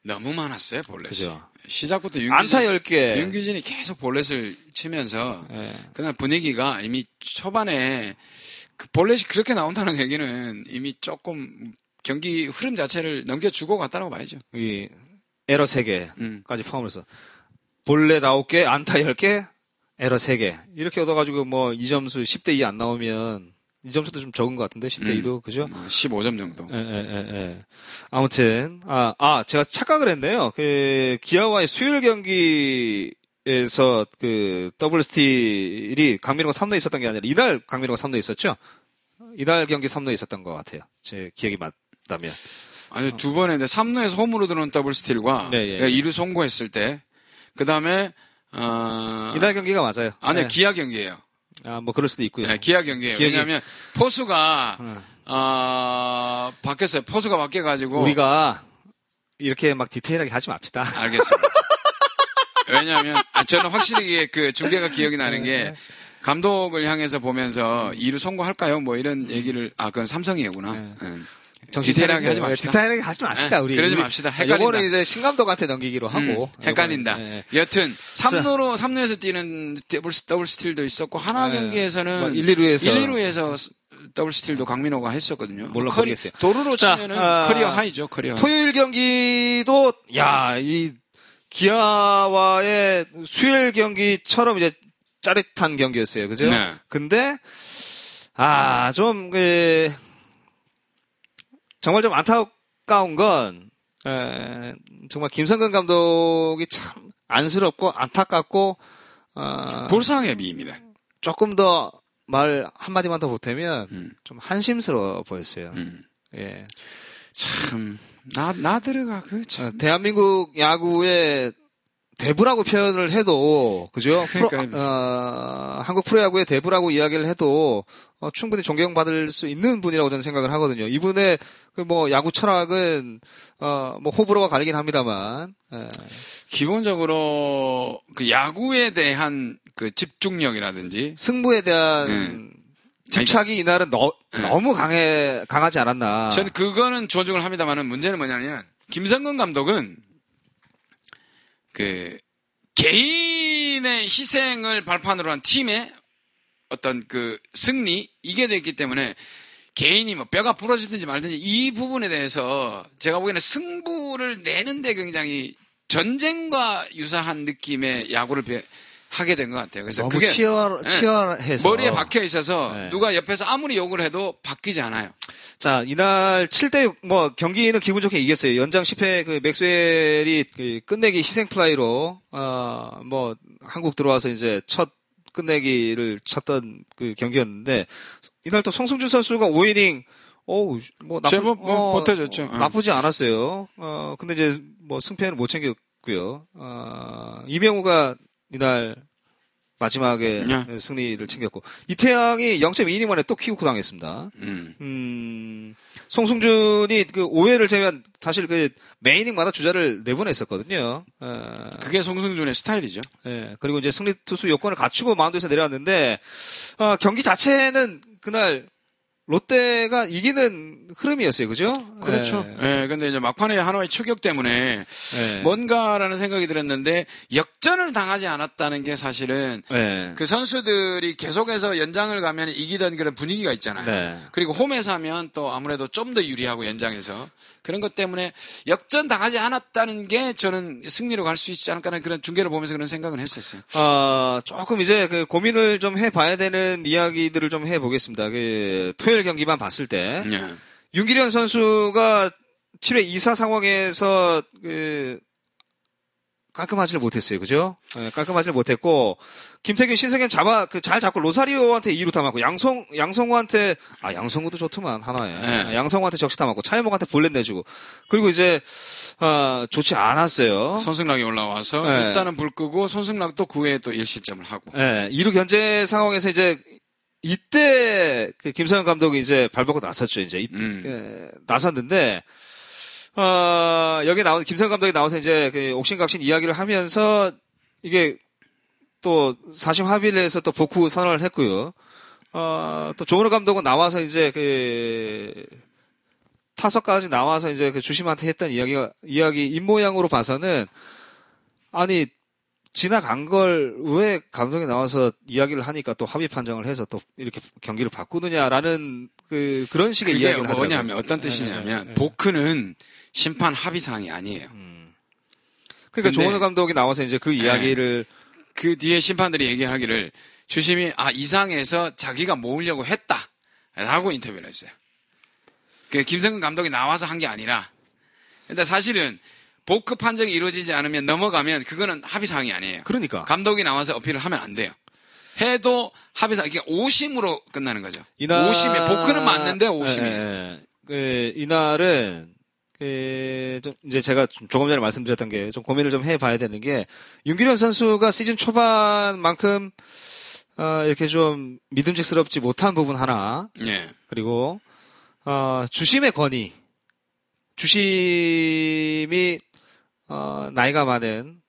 너무 많았어요 볼넷이. 그죠. 시작부터 윤규진, 안타 10개. 윤규진이 계속 볼넷을 치면서 예. 그날 분위기가 이미 초반에 그 볼넷이 그렇게 나온다는 얘기는 이미 조금 경기 흐름 자체를 넘겨주고 갔다라고 봐야죠. 이 에러 3개까지 음. 포함해서 볼넷 9개, 안타 10개, 에러 3개. 이렇게 얻어 가지고 뭐 이점수 10대 2 안 나오면 이점수도좀 적은 것 같은데 10대 음. 2도 그죠? 15점 정도. 예, 예, 예, 예. 아무튼 아, 아 제가 착각을 했네요. 그 기아와의 수요일 경기에서 그 더블 스틸이 강민호가 3루에 있었던 게 아니라 이날 강민호가 3루에 있었죠. 이날 경기 3루에 있었던 것 같아요. 제 기억이 맞다면. 아니 두 번에 근데 3루에서 홈으로 들어온 더블 스틸과 네, 예. 그러니까 2루 송구했을 때 그다음에 어 이날 경기가 맞아요. 아니 네, 예. 기아 경기예요. 아, 뭐 그럴 수도 있고요. 네, 기아 경기예요. 예. 기아 왜냐하면 포수가 어, 바뀌었어요. 포수가 바뀌어 가지고 우리가 이렇게 막 디테일하게 하지 맙시다. 알겠습니다. *laughs* 왜냐하면 아, 저는 확실히 이게 그 중계가 기억이 나는 게 감독을 향해서 보면서 2루 송구할까요? 뭐 이런 얘기를 아 그건 삼성이구나. 음. *laughs* 정신 디테일하게 차리세요. 하지 맙시다. 디테일하게 하지 맙시다. 예, 우리 그러지 우리- 맙시다. 헷갈린다. 이거는 이제 신감독한테 넘기기로 하고. 음, 헷갈린다. 예, 예. 여튼 3루로 3루에서 뛰는 더블, 스- 더블 스틸도 있었고 하나 네. 뭐, 경기에서는 일, 이루에서. 1, 2루에서 더블 스틸도 강민호가 했었거든요. 몰라 커리- 모르겠어요. 도루로 자, 치면은 아, 커리어 하이죠. 커리어. 하이. 토요일 경기도 야 이 기아와의 수요일 경기처럼 이제 짜릿한 경기였어요, 그죠? 네. 근데 아, 아좀그 정말 좀 안타까운 건 에, 정말 김성근 감독이 참 안쓰럽고 안타깝고 어, 불상의 미입니다. 조금 더 말 한마디만 더 보태면 음. 좀 한심스러워 보였어요. 음. 예. 참 나 나들어가 그 참. 어, 대한민국 야구의 대부라고 표현을 해도 그죠? 프로, 그러니까요. 어, 한국 프로야구의 대부라고 이야기를 해도 어, 충분히 존경받을 수 있는 분이라고 저는 생각을 하거든요. 이분의 그 뭐 야구 철학은 어, 뭐 호불호가 갈리긴 합니다만 예. 기본적으로 그 야구에 대한 그 집중력이라든지 승부에 대한 음. 집착이 이날은 너, 너무 강해 강하지 않았나. 네. 저는 그거는 존중을 합니다만은 문제는 뭐냐면 김성근 감독은 그 개인의 희생을 발판으로 한 팀의 어떤 그 승리 이겨져 있기 때문에 개인이 뭐 뼈가 부러지든지 말든지 이 부분에 대해서 제가 보기에는 승부를 내는데 굉장히 전쟁과 유사한 느낌의 야구를 배- 하게 된 것 같아요. 그래서 너무 그게 치열 예, 치열해서 머리에 박혀 있어서 네. 누가 옆에서 아무리 욕을 해도 바뀌지 않아요. 자, 이날 7대 6뭐 경기는 기분 좋게 이겼어요. 연장 10회 그 맥스웰이 그 끝내기 희생 플라이로 어뭐 한국 들어와서 이제 첫 끝내기를 쳤던 그 경기였는데 이날 또 성승준 선수가 5이닝 어우 뭐 나쁘 제법 뭐 버텨줬죠. 어, 응. 나쁘지 않았어요. 어 근데 이제 뭐 승패는 못 챙겼고요. 어 이명우가 이날 마지막에 네. 승리를 챙겼고 이태양이 0.2이닝 만에 또 키우고 당했습니다. 음. 음, 송승준이 그 5회를 제외한 사실 그 메이닝마다 주자를 내보냈었거든요. 어, 그게 송승준의 스타일이죠. 예, 그리고 이제 승리 투수 요건을 갖추고 마운드에서 내려왔는데 아, 경기 자체는 그날 롯데가 이기는 흐름이었어요, 그죠? 그렇죠. 예, 근데 이제 막판에 한화의 추격 때문에 예, 예. 뭔가라는 생각이 들었는데 역전을 당하지 않았다는 게 사실은 예. 그 선수들이 계속해서 연장을 가면 이기던 그런 분위기가 있잖아요. 네. 그리고 홈에서 하면 또 아무래도 좀 더 유리하고 연장해서 그런 것 때문에 역전 당하지 않았다는 게 저는 승리로 갈 수 있지 않을까 하는 그런 중계를 보면서 그런 생각은 했었어요. 아, 조금 이제 그 고민을 좀 해봐야 되는 이야기들을 좀 해보겠습니다. 그 토요일 경기만 봤을 때. 예. 윤기련 선수가 7회 2사 상황에서 그 깔끔하지를 못했어요. 그죠? 예, 깔끔하지를 못했고 김태균 신세계는 잡아 그 잘 잡고 로사리오한테 2루 담았고 양성 양성우한테 아 양성우도 좋더만 하나에 아, 네. 양성우한테 적시 담았고 차현목한테 볼넷 내주고 그리고 이제 아 좋지 않았어요. 손승락이 올라와서 예. 일단은 불 끄고 손승락도 9회에 또 1실점을 하고 예, 2루 견제 상황에서 이제 이때 그 김성현 감독이 이제 발벗고 나섰죠. 이제 이- 음. 예, 나섰는데 어, 여기 나온 김성 감독이 나와서 이제 그 옥신각신 이야기를 하면서 이게 또 사심 합의를 해서 또 복구 선언을 했고요. 어, 또 조은호 감독은 나와서 이제 그 타석까지 나와서 이제 그 주심한테 했던 이야기가 이야기 입모양으로 봐서는 아니 지나간 걸 왜 감독이 나와서 이야기를 하니까 또 합의 판정을 해서 또 이렇게 경기를 바꾸느냐라는 그 그런 식의 그게 이야기를 하더라고요. 네, 뭐냐면 어떤 뜻이냐면 보크는 심판 합의 사항이 아니에요. 음. 그러니까 근데- 예. 조원우 감독이 나와서 이제 그 이야기를 그 뒤에 심판들이 얘기하기를 주심이 아 이상해서 자기가 모으려고 했다라고 인터뷰를 했어요. 그 김성근 감독이 나와서 한 게 아니라 근데 사실은 보크 판정이 이루어지지 않으면 넘어가면 그거는 합의 사항이 아니에요. 그러니까 감독이 나와서 어필을 하면 안 돼요. 해도 합의상 이게 오심으로 끝나는 거죠. 이날 오심에 복근은 맞는데 오심이. 예, 예. 그 이날은 그좀 이제 제가 좀 조금 전에 말씀드렸던 게 좀 고민을 좀 해봐야 되는 게 윤기련 선수가 시즌 초반만큼 어, 이렇게 좀 믿음직스럽지 못한 부분 하나 예. 그리고 어, 주심의 권위 주심이 어, 나이가 많은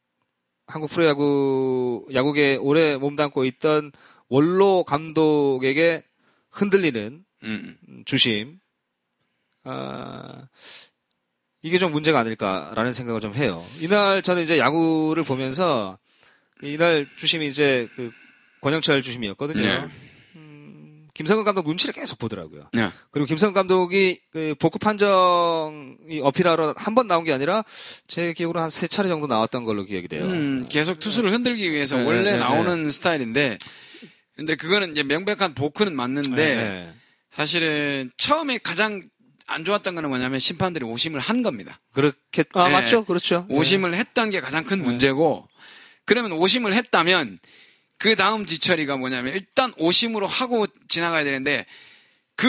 한국 프로야구 야구계 오래 몸담고 있던 원로 감독에게 흔들리는 음. 음, 주심 아, 이게 좀 문제가 아닐까라는 생각을 좀 해요. 이날 저는 이제 야구를 보면서 이날 주심이 이제 그 권영철 주심이었거든요. 네. 음, 김성근 감독 눈치를 계속 보더라고요. 네. 그리고 김성 감독이 그 복구 판정이 어필하러 한 번 나온 게 아니라 제 기억으로 한 세 차례 정도 나왔던 걸로 기억이 돼요. 음, 계속 투수를 흔들기 위해서 네, 원래 네, 네. 나오는 스타일인데, 근데 그거는 이제 명백한 보크는 맞는데, 네. 사실은 처음에 가장 안 좋았던 거는 뭐냐면 심판들이 오심을 한 겁니다. 그렇게 아 네. 맞죠, 그렇죠. 오심을 했던 게 가장 네. 큰 문제고, 그러면 오심을 했다면, 그 다음 뒤처리가 뭐냐면, 일단 오심으로 하고 지나가야 되는데, 그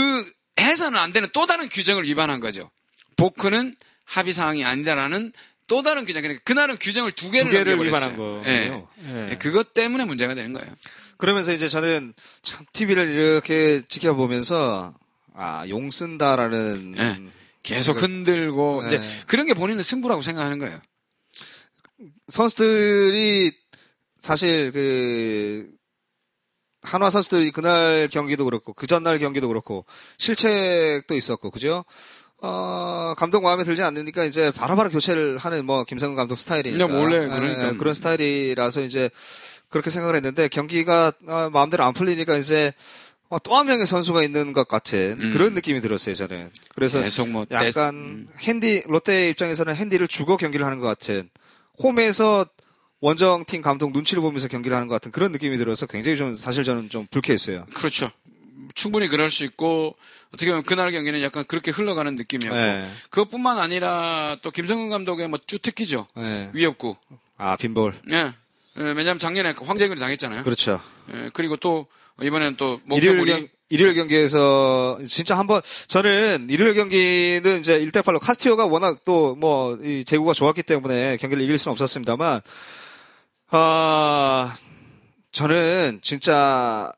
해서는 안 되는 또 다른 규정을 위반한 거죠. 보크는 합의 사항이 아니다라는 또 다른 규정 그러니까 그날은 규정을 두 개를, 두 개를 넘겨버렸어요. 위반한 거예요. 네. 예. 예, 그것 때문에 문제가 되는 거예요. 그러면서 이제 저는 참 TV를 이렇게 지켜보면서 아, 용 쓴다라는 예. 계속 흔들고 이제 예. 그런 게 본인은 승부라고 생각하는 거예요. 선수들이 사실 그 한화 선수들이 그날 경기도 그렇고 그 전날 경기도 그렇고 실책도 있었고 그죠? 어, 감독 마음에 들지 않으니까 이제 바로바로 교체를 하는 뭐 김상근 감독 스타일이니까 예, 그냥 원래 그러니까. 그런 스타일이라서 이제 그렇게 생각을 했는데 경기가 아, 마음대로 안 풀리니까 이제 어, 또 한 명의 선수가 있는 것 같은 음. 그런 느낌이 들었어요 저는. 그래서 계속 뭐 떼- 약간 핸디 롯데 입장에서는 핸디를 주고 경기를 하는 것 같은 홈에서 원정 팀 감독 눈치를 보면서 경기를 하는 것 같은 그런 느낌이 들어서 굉장히 좀 사실 저는 좀 불쾌했어요. 그렇죠. 충분히 그럴 수 있고 어떻게 보면 그날 경기는 약간 그렇게 흘러가는 느낌이었고 예. 그것뿐만 아니라 또 김성근 감독의 뭐 주특기죠 예. 위협구. 아 빈볼 예. 예, 왜냐하면 작년에 황재균이 당했잖아요. 그렇죠. 예, 그리고 또 이번에는 또 일요일 목표물이 경 일요일 경기에서 진짜 한번 저는 일요일 경기는 이제 1대 8로 카스티오가 워낙 또 뭐 이 제구가 좋았기 때문에 경기를 이길 수는 없었습니다만 아 저는 진짜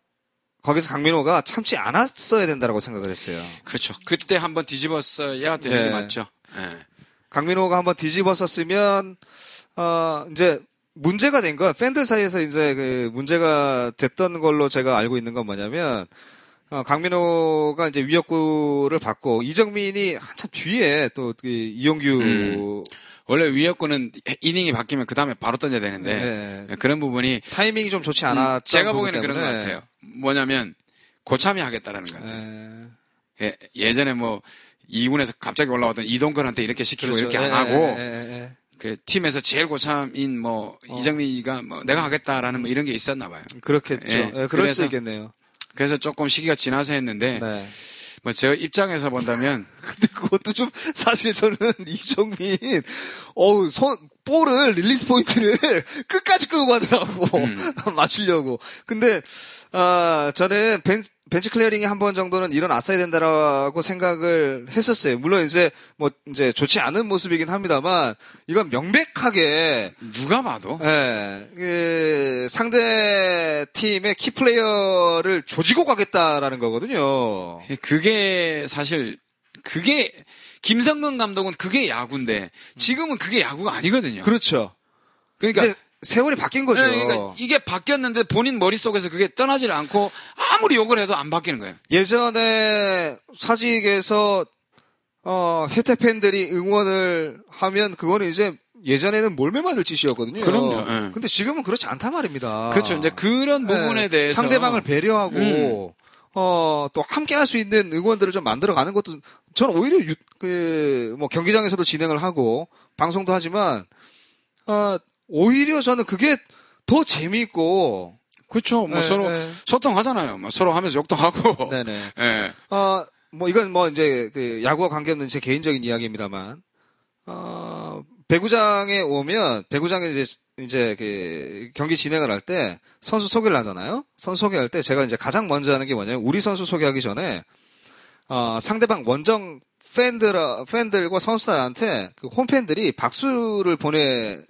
거기서 강민호가 참지 않았어야 된다라고 생각을 했어요. 그렇죠. 그때 한번 뒤집었어야 되는 예. 게 맞죠. 예. 강민호가 한번 뒤집었었으면 어 이제 문제가 된 건 팬들 사이에서 이제 그 문제가 됐던 걸로 제가 알고 있는 건 뭐냐면 어, 강민호가 이제 위협구를 받고 이정민이 한참 뒤에 또그 이용규 음. 원래 위협구는 이닝이 바뀌면 그 다음에 바로 던져야 되는데 네, 예, 그런 부분이 타이밍이 좀 좋지 않았던 음, 제가 부분 보기에는 그런 것 아, 때문에. 같아요. 뭐냐면 고참이 하겠다라는 것 같아요. 예. 예, 예전에 뭐 2군에서 갑자기 올라왔던 이동건한테 이렇게 시키고 그렇죠. 이렇게 예, 안 하고 예, 예, 예. 그 팀에서 제일 고참인 뭐 어. 이정민이가 뭐 내가 하겠다라는 뭐 이런 게 있었나 봐요. 그렇겠죠. 예, 예, 그럴 그래서- 수도 있겠네요. 그래서 조금 시기가 지나서 했는데 네. 뭐 제 입장에서 본다면 근데 그것도 좀 사실 저는 *laughs* 이정민 어우 손 볼을 릴리스 포인트를 *laughs* 끝까지 끄고 가더라고 *laughs* 맞추려고 근데 아 저는 벤, 벤치 클리어링이 한 번 정도는 일어났어야 된다라고 생각을 했었어요 물론 이제 뭐 이제 좋지 않은 모습이긴 합니다만 이건 명백하게 누가 봐도 예, 그 상대 팀의 키 플레이어를 조지고 가겠다라는 거거든요 예, 그게 사실 그게 김성근 감독은 그게 야구인데 지금은 그게 야구가 아니거든요. 그렇죠 그러니까 이제 세월이 바뀐 거죠. 예, 그러니까 이게 바뀌었는데 본인 머릿속에서 그게 떠나질 않고 아무리 욕을 해도 안 바뀌는 거예요. 예전에 사직에서 어, 혜태 팬들이 응원을 하면 그거는 이제 예전에는 몰매 맞을 짓이었거든요. 그럼요, 예. 근데 지금은 그렇지 않단 말입니다. 그렇죠. 이제 그런 부분에 예, 대해서 아. 상대방을 배려하고 음. 어, 또 함께 할 수 있는 응원들을 좀 만들어 가는 것도 저는 오히려 유, 그, 뭐 경기장에서도 진행을 하고 방송도 하지만 어, 오히려 저는 그게 더 재미있고 그렇죠. 뭐 예, 서로 예. 소통하잖아요. 뭐 서로 하면서 욕도 하고. 네네. 예. 어, 뭐 이건 뭐 이제 그 야구와 관계없는 제 개인적인 이야기입니다만, 어, 배구장에 오면 배구장에 이제 이제 그 경기 진행을 할 때 선수 소개를 하잖아요. 선수 소개할 때 제가 이제 가장 먼저 하는 게 뭐냐면 우리 선수 소개하기 전에 어, 상대방 원정 팬들 팬들과 선수들한테 그 홈팬들이 박수를 보내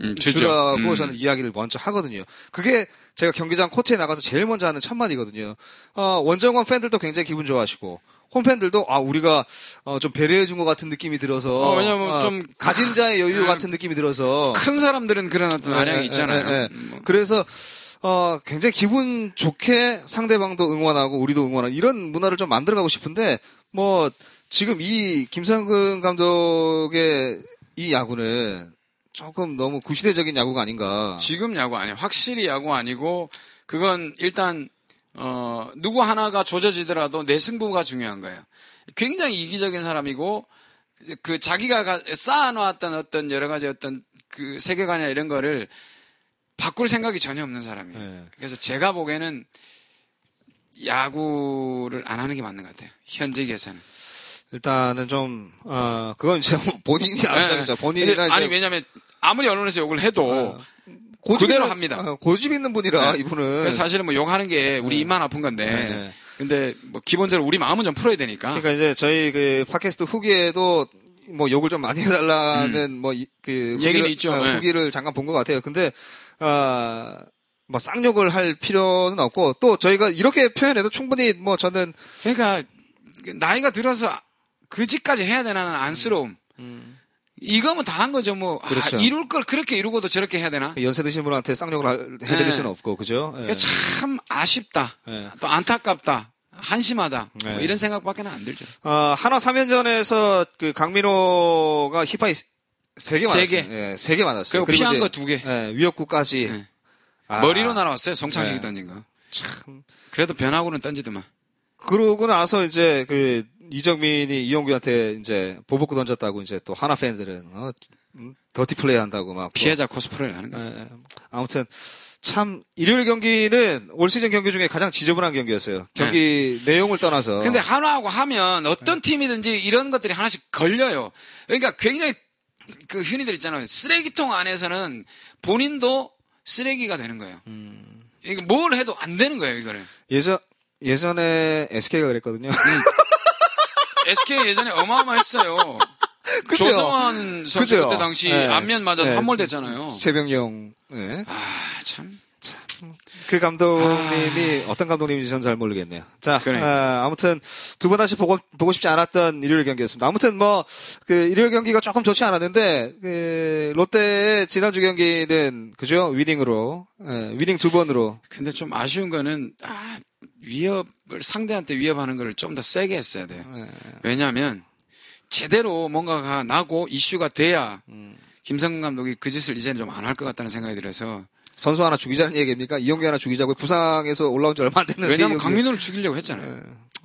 음, 주라고 음. 저는 이야기를 먼저 하거든요. 그게 제가 경기장 코트에 나가서 제일 먼저 하는 첫 마디거든요. 어, 원정원 팬들도 굉장히 기분 좋아하시고 홈팬들도 아 우리가 어, 좀 배려해 준 것 같은 느낌이 들어서 어, 왜냐면 좀 가진 자의 여유 음, 같은 느낌이 들어서 큰 사람들은 그런 어떤 예, 아량이 예, 있잖아요. 예, 예. 뭐, 그래서 어, 굉장히 기분 좋게 상대방도 응원하고 우리도 응원하고 이런 문화를 좀 만들어가고 싶은데 뭐 지금 이 김상근 감독의 이 야구는 조금 너무 구시대적인 야구가 아닌가. 지금 야구 아니에요. 확실히 야구 아니고 그건 일단 어 누구 하나가 조져지더라도 내 승부가 중요한 거예요. 굉장히 이기적인 사람이고 그 자기가 가- 쌓아놓았던 어떤 여러 가지 어떤 그 세계관이나 이런 거를 바꿀 생각이 전혀 없는 사람이에요. 예. 그래서 제가 보기에는 야구를 안 하는 게 맞는 것 같아요. 현직에서는. 일단은 좀, 어, 그건 이제 본인이 알아서 그렇죠, 본인이나 네. 이제 뭐, 근데 어, 아, 네. 아니 왜냐면 아무리 언론에서 욕을 해도 고집 그대로 있는- 합니다. 어, 고집 있는 분이라 네. 이분은. 그래서 사실은 뭐 욕하는 게 우리 입만 아픈 건데. 네. 근데 뭐 기본적으로 우리 마음은 좀 풀어야 되니까. 그러니까 이제 저희 그 팟캐스트 후기에도 뭐 욕을 좀 많이 해달라는 뭐그 음. 어, 얘기는 있죠. 예. 후기를 잠깐 본 것 같아요. 근데 아. 뭐 쌍욕을 할 필요는 없고 또 저희가 이렇게 표현해도 충분히 뭐 저는 그러니까 나이가 들어서 그지까지 해야 되나는 안쓰러움. 이거면 다 한 거죠. 뭐 아, 음. 그렇죠. 네. 이룰 걸 그렇게 이루고도 저렇게 해야 되나? 그 연세 드신 분한테 쌍욕을 할- 해드릴 예. 수는 없고 그죠? 예. 그게 참 아쉽다. 예. 또 안타깝다. 한심하다. 뭐 네. 이런 생각밖에는 안 들죠. 아, 한화 3연전에서 그 강민호가 힙합이 세개 세 맞았어요. 개. 예, 세개 맞았어요. 그리고 피한 이제, 거 두 개. 네. 예, 위협구까지. 아, 머리로 날아왔어요. 송창식이 네. 던진 거. 참. 뭐. 그래도 변하고는 던지더만. 그러고 나서 이제 그 이정민이 이용규한테 이제 보복구 던졌다고 이제 또 한화 팬들은 어, 음, 더티 플레이 한다고 막 또- 피해자 코스프레를 하는 거죠. 예, 예. 아무튼 참 일요일 경기는 올 시즌 경기 중에 가장 지저분한 경기였어요. 경기 내용을 떠나서 네. 근데 한화하고 하면 어떤 네. 팀이든지 이런 것들이 하나씩 걸려요. 그러니까 굉장히 그 흔히들 있잖아요. 쓰레기통 안에서는 본인도 쓰레기가 되는 거예요. 음. 이게 뭘 해도 안 되는 거예요, 이거는. 예전 예전에 SK가 그랬거든요. 음, SK 예전에 어마어마했어요. *laughs* 그죠? 조성환 선수 그죠? 그때 당시 예. 안면 맞아서 예. 함몰됐잖아요. 최병용 예. 아, 참. 그 감독님이 어떤 감독님인지 전 잘 모르겠네요. 자, 아. 그래. 아, 무튼 두 번 다시 보고 보고 싶지 않았던 일요일 경기였습니다. 아무튼 뭐 그 일요일 경기가 조금 좋지 않았는데 그 롯데의 지난주 경기는 그죠 위닝으로 예, 위닝 두 번으로 근데 좀 아쉬운 거는 아, 위협을 상대한테 위협하는 거를 좀 더 세게 했어야 돼요. 네. 왜냐하면 제대로 뭔가가 나고 이슈가 돼야 음. 김성근 감독이 그 짓을 이제는 좀 안 할 것 같다는 생각이 들어서 선수 하나 죽이자는 얘기입니까? 이용규 하나 죽이자고 부상에서 올라온 지 얼마 안 됐는데 왜냐하면 이용규- 강민호를 죽이려고 했잖아요.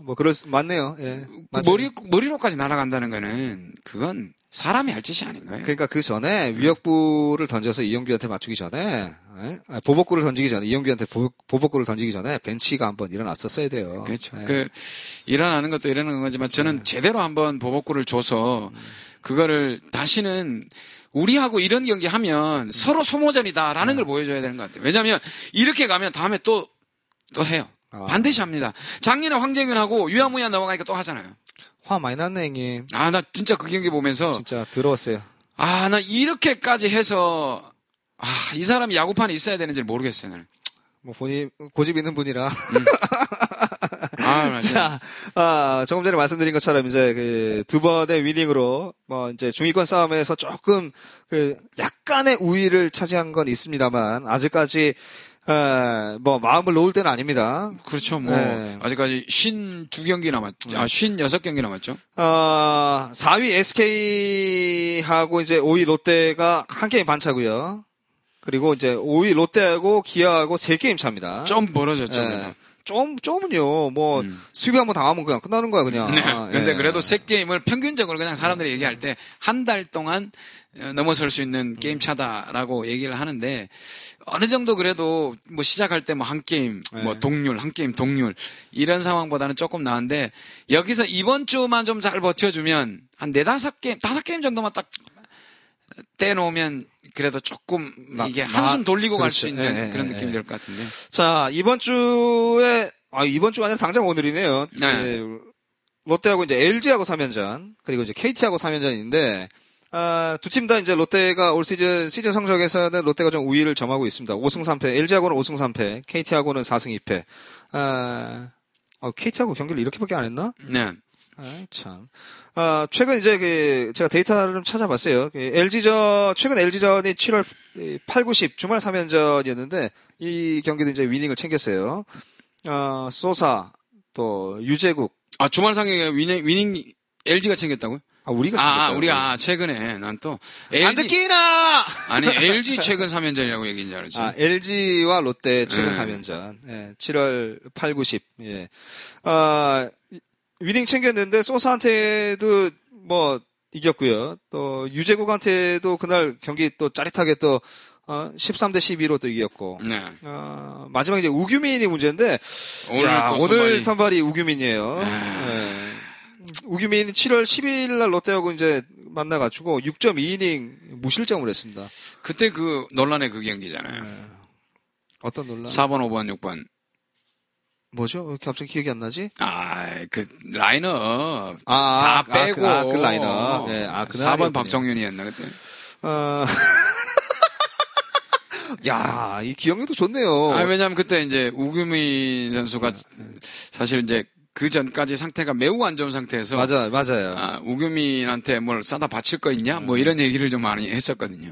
뭐 그럴 수, 맞네요. 예, 그 맞아요. 머리 머리로까지 날아간다는 거는 그건 사람이 할 짓이 아닌 거예요. 그러니까 그 전에 위협구를 던져서 이용규한테 맞추기 전에 예? 아, 보복구를 던지기 전에 이용규한테 보복, 보복구를 던지기 전에 벤치가 한번 일어났었어야 네. 돼요. 그렇죠. 예. 그 일어나는 것도 일어나는 거지만 저는 제대로 한번 보복구를 줘서 그거를 다시는 우리하고 이런 경기 음. 하면 서로 소모전이다라는 네. 걸 보여줘야 되는 것 같아요. 왜냐하면 이렇게 가면 다음에 또 또 해요. 아. 반드시 합니다. 작년에 황재균하고 유야무야 넘어가니까 또 하잖아요. 화 많이 났네 형님. 아 나 진짜 그 경기 보면서 진짜 더러웠어요. 아 나 이렇게까지 해서 아 이 사람이 야구판에 있어야 되는지 를 모르겠어요. 나는. 뭐 본인 고집 있는 분이라. *laughs* 아, 나 진짜. 자, 아, 조금 전에 말씀드린 것처럼 이제 그 두 번의 위닝으로 뭐 이제 중위권 싸움에서 조금 그 약간의 우위를 차지한 건 있습니다만 아직까지 에, 뭐 마음을 놓을 때는 아닙니다. 그렇죠. 뭐 네. 아직까지 52 경기 남았죠. 아, 56경기 남았죠. 어, 4위 SK하고 이제 5위 롯데가 한 게임 반차고요. 그리고 이제 5위 롯데하고 기아하고 세 게임 차입니다. 좀 벌어졌죠. 예. 그래도. 좀, 좀은요. 뭐 수비 한번 당하면 그냥 끝나는 거야 그냥. 아, 음. 네. 근데 예. 그래도 세 게임을 평균적으로 그냥 사람들이 얘기할 때 한 달 동안 어, 넘어설 수 있는 게임 차다라고 얘기를 하는데 어느 정도 그래도 뭐 시작할 때 뭐 한 게임 예. 뭐 동률 한 게임 동률 이런 상황보다는 조금 나은데 여기서 이번 주만 좀 잘 버텨주면 한 네다섯 게임 다섯 게임 정도만 딱 떼놓으면 그래도 조금 마- 이게 마- 한숨 돌리고 갈 수 그렇죠. 있는 예, 예, 그런 예, 느낌이 예. 들 것 같은데 자, 이번 주에, 아, 이번 주가 아니라 당장 오늘이네요. 네. 예, 롯데하고 이제 LG하고 3연전, 그리고 이제 KT하고 3연전인데, 아, 두 팀 다 이제 롯데가 올 시즌, 시즌 성적에서는 롯데가 좀 우위를 점하고 있습니다. 5승 3패, LG하고는 5승 3패, KT하고는 4승 2패. 아, 어, KT하고 경기를 이렇게밖에 안 했나? 네 아이, 참. 아, 최근 이제 그 제가 데이터를 좀 찾아봤어요. LG전 최근 LG전이 7월 8, 9, 10 주말 3연전이었는데 이 경기도 이제 위닝을 챙겼어요. 아, 소사 또 유재국 아 주말 상에 위닝 위닝 LG가 챙겼다고요? 아 우리가 아, 아, 챙겼어요. 우리가 아, 최근에 난 또 LG 안 듣기나. 아니 LG 최근 3연전이라고 얘기인 줄 알았지. 아, LG와 롯데 최근 네. 3연전. 예, 7월 8, 9, 10. 예. 아, 이- 위닝 챙겼는데 소사한테도 뭐 이겼고요. 또 유재국한테도 그날 경기 또 짜릿하게 또 어, 13대 12로 또 이겼고. 네. 아, 마지막 이제 우규민이 문제인데 오늘 야, 또 오늘 오늘 선발이 우규민이에요. 아. 예. 우규민이 7월 12일 날 롯데하고 이제 만나가지고 6.2이닝 무실점을 했습니다. 그때 네, 그 논란의 그 경기잖아요. 어떤 논란? 4번, 5번, 6번. 뭐죠? 왜 이렇게 갑자기 기억이 안 나지? 아, 그 라인업 아, 아, 아, 다 빼고 그- 아, 그 라인업. 예, 아, 그 4번 라인업이군요. 박정윤이었나 그때. 아. *laughs* 야, 이 기억력도 좋네요. 아, 왜냐면 그때 이제 우규민 선수가 사실 이제 그 전까지 상태가 매우 안 좋은 상태에서 맞아, 맞아요. 아, 우규민한테 뭘 싸다 바칠 거 있냐? 네. 뭐 이런 얘기를 좀 많이 했었거든요.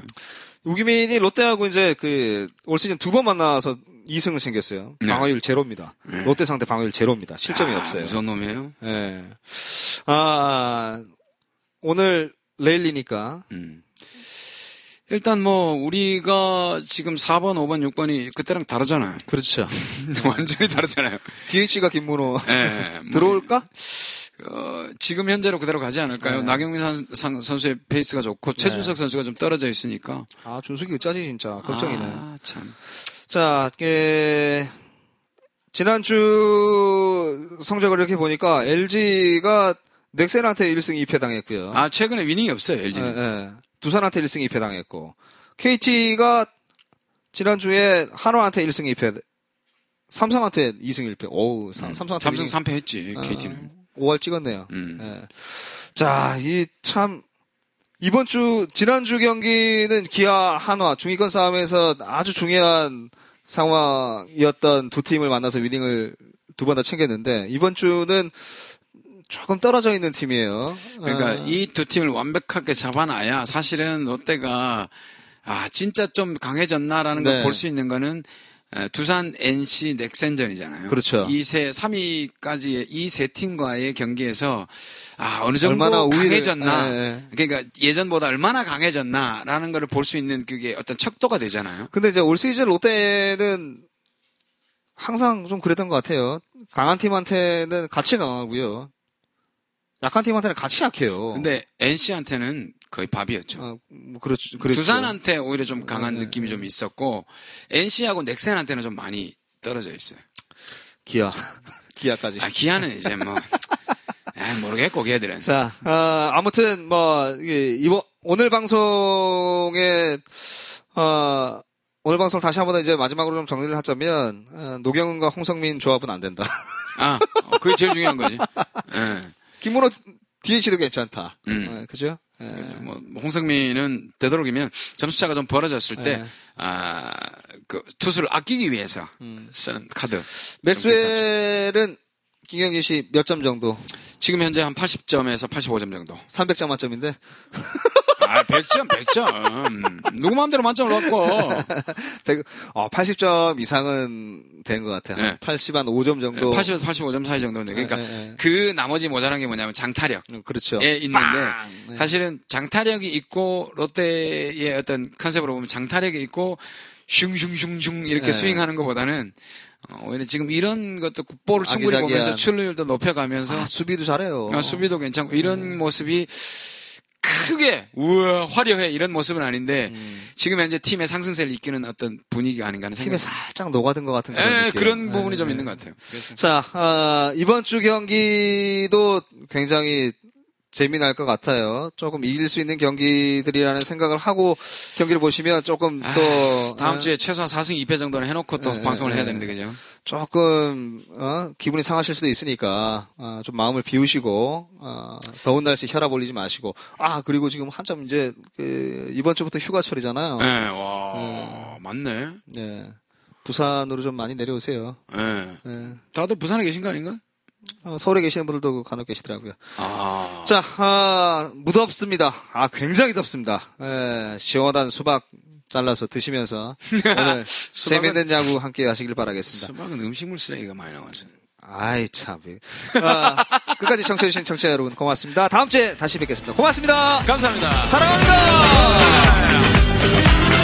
우기민이 롯데하고 이제 그 올 시즌 두 번 만나서 2승을 챙겼어요. 네. 방어율 제로입니다. 롯데 상대 방어율 제로입니다. 실점이 아, 없어요. 무서운 놈이에요. 예. 아, 오늘 레일리니까 음. 일단 뭐 우리가 지금 4번, 5번, 6번이 그때랑 다르잖아요. *laughs* 그렇죠. 완전히 다르잖아요. DH가 김문호 예. 뭐, 들어올까? 어, 지금 현재로 그대로 가지 네. 않을까요? 나경민 선- 상- 선수의 페이스가 좋고 최준석 선수가 좀 떨어져 있으니까 아, 준석이 짜지 진짜 걱정이네. 아, 참. 자, 예, 지난주 성적을 이렇게 보니까 LG가 넥센한테 1승 2패 당했고요. 아 최근에 위닝이 없어요 예, LG는. 예. 두산한테 1승 2패 당했고 KT가 지난주에 한화한테 1승 2패 삼성한테 2승 1패. 오우, 삼, 성한테 음, 아, 네. 삼성 3패했지 KT는. 5월 찍었네요. 음. 예. 자, 이 참 이번 주 지난주 경기는 기아 한화 중위권 싸움에서 아주 중요한 상황이었던 두 팀을 만나서 위닝을 두 번 다 챙겼는데 이번 주는 조금 떨어져 있는 팀이에요. 그러니까 예. 이 두 팀을 완벽하게 잡아놔야 사실은 롯데가 아 진짜 좀 강해졌나라는 걸 네. 볼 수 있는 거는 에, 두산, NC, 넥센전이잖아요. 그렇죠. 이세 3위까지의 이 세 팀과의 경기에서 아 어느 정도 예. 얼마나 우위를- 강해졌나. 예, 예. 그러니까 예전보다 얼마나 강해졌나라는 걸 볼 수 있는 그게 어떤 척도가 되잖아요. 근데 이제 올 시즌 롯데는 항상 좀 그랬던 것 같아요. 강한 팀한테는 같이 강하고요. 약한 팀한테는 같이 약해요. 근데 NC한테는 거의 밥이었죠. 아, 뭐 그렇죠. 그랬죠. 네. 두산한테 오히려 좀 강한 느낌이 좀 있었고 NC하고 넥센한테는 좀 많이 떨어져 있어요. 기아, *laughs* 기아까지. 아, 기아는 이제 뭐 *laughs* 에이, 모르겠고 걔들은 자, 아, 아무튼 뭐 이게 이번 오늘 방송에 어, 오늘 방송 다시 한번 이제 마지막으로 좀 정리를 하자면 어, 노경은과 홍성민 조합은 안 된다. *laughs* 아 어, 그게 제일 중요한 거지. 예. 김문호 DH도 괜찮다. 음. 어, 그죠? 예. 뭐 홍성민은 되도록이면 점수차가 좀 벌어졌을 네. 때아그 투수를 아끼기 위해서 쓰는 카드. 맥스웰은 김경진 씨 몇 점 정도? 지금 현재 한 80점에서 85점 정도. 300점 만점인데 아 100점 100점. 누구 마음대로 만점을 얻고 100, 어, 80점 이상은 된 것 같아요. 네. 80 한 5점 정도. 80에서 85점 사이 정도인데 그러니까 네, 네, 네. 그 나머지 모자란 게 뭐냐면 장타력. 음, 그렇죠. 예, 있는데 네. 사실은 장타력이 있고 롯데의 어떤 컨셉으로 보면 장타력이 있고 슝슝슝슝 이렇게 예. 스윙하는 것보다는 어, 오히려 지금 이런 것도 볼을 충분히 아기자기한. 보면서 출루율도 높여가면서 아, 네. 수비도 잘해요. 어, 수비도 괜찮고 이런 모습이 크게 우와 화려해 이런 모습은 아닌데 지금 현재 팀의 상승세를 이끄는 어떤 분위기가 아닌가 하는 음. 팀에 생각이 살짝 녹아든 것 같은 그런 예, 느낌. 음. 그런 예, 부분이 좀 예. 있는 것 같아요. 그래서 자, 아, 이번 주 경기도 굉장히 재미날 것 같아요. 조금 이길 수 있는 경기들이라는 생각을 하고 경기를 보시면 조금 또 아, 다음 예, 주에 최소한 4승 2패 정도는 해놓고 또 예, 방송을 예, 해야 예. 되는데 그죠? 조금 어? 기분이 상하실 수도 있으니까 아, 좀 마음을 비우시고 아, 더운 날씨 혈압 올리지 마시고 아 그리고 지금 한참 이제 그, 이번 주부터 휴가철이잖아요. 예, 음. 와 맞네. 예. 부산으로 좀 많이 내려오세요. 예. 예. 다들 부산에 계신 거 아닌가? 어, 서울에 계시는 분들도 간혹 계시더라고요. 아. 자, 아, 무덥습니다. 아, 굉장히 덥습니다. 예, 시원한 수박 잘라서 드시면서 *laughs* 오늘 재밌는 야구 함께 하시길 바라겠습니다. 수박은 음식물 쓰레기가 많이 나와서. 아이 참. 아, 끝까지 청취해주신 청취자 여러분 고맙습니다. 다음 주에 다시 뵙겠습니다. 고맙습니다. 감사합니다. 네. 사랑합니다. 사랑합니다.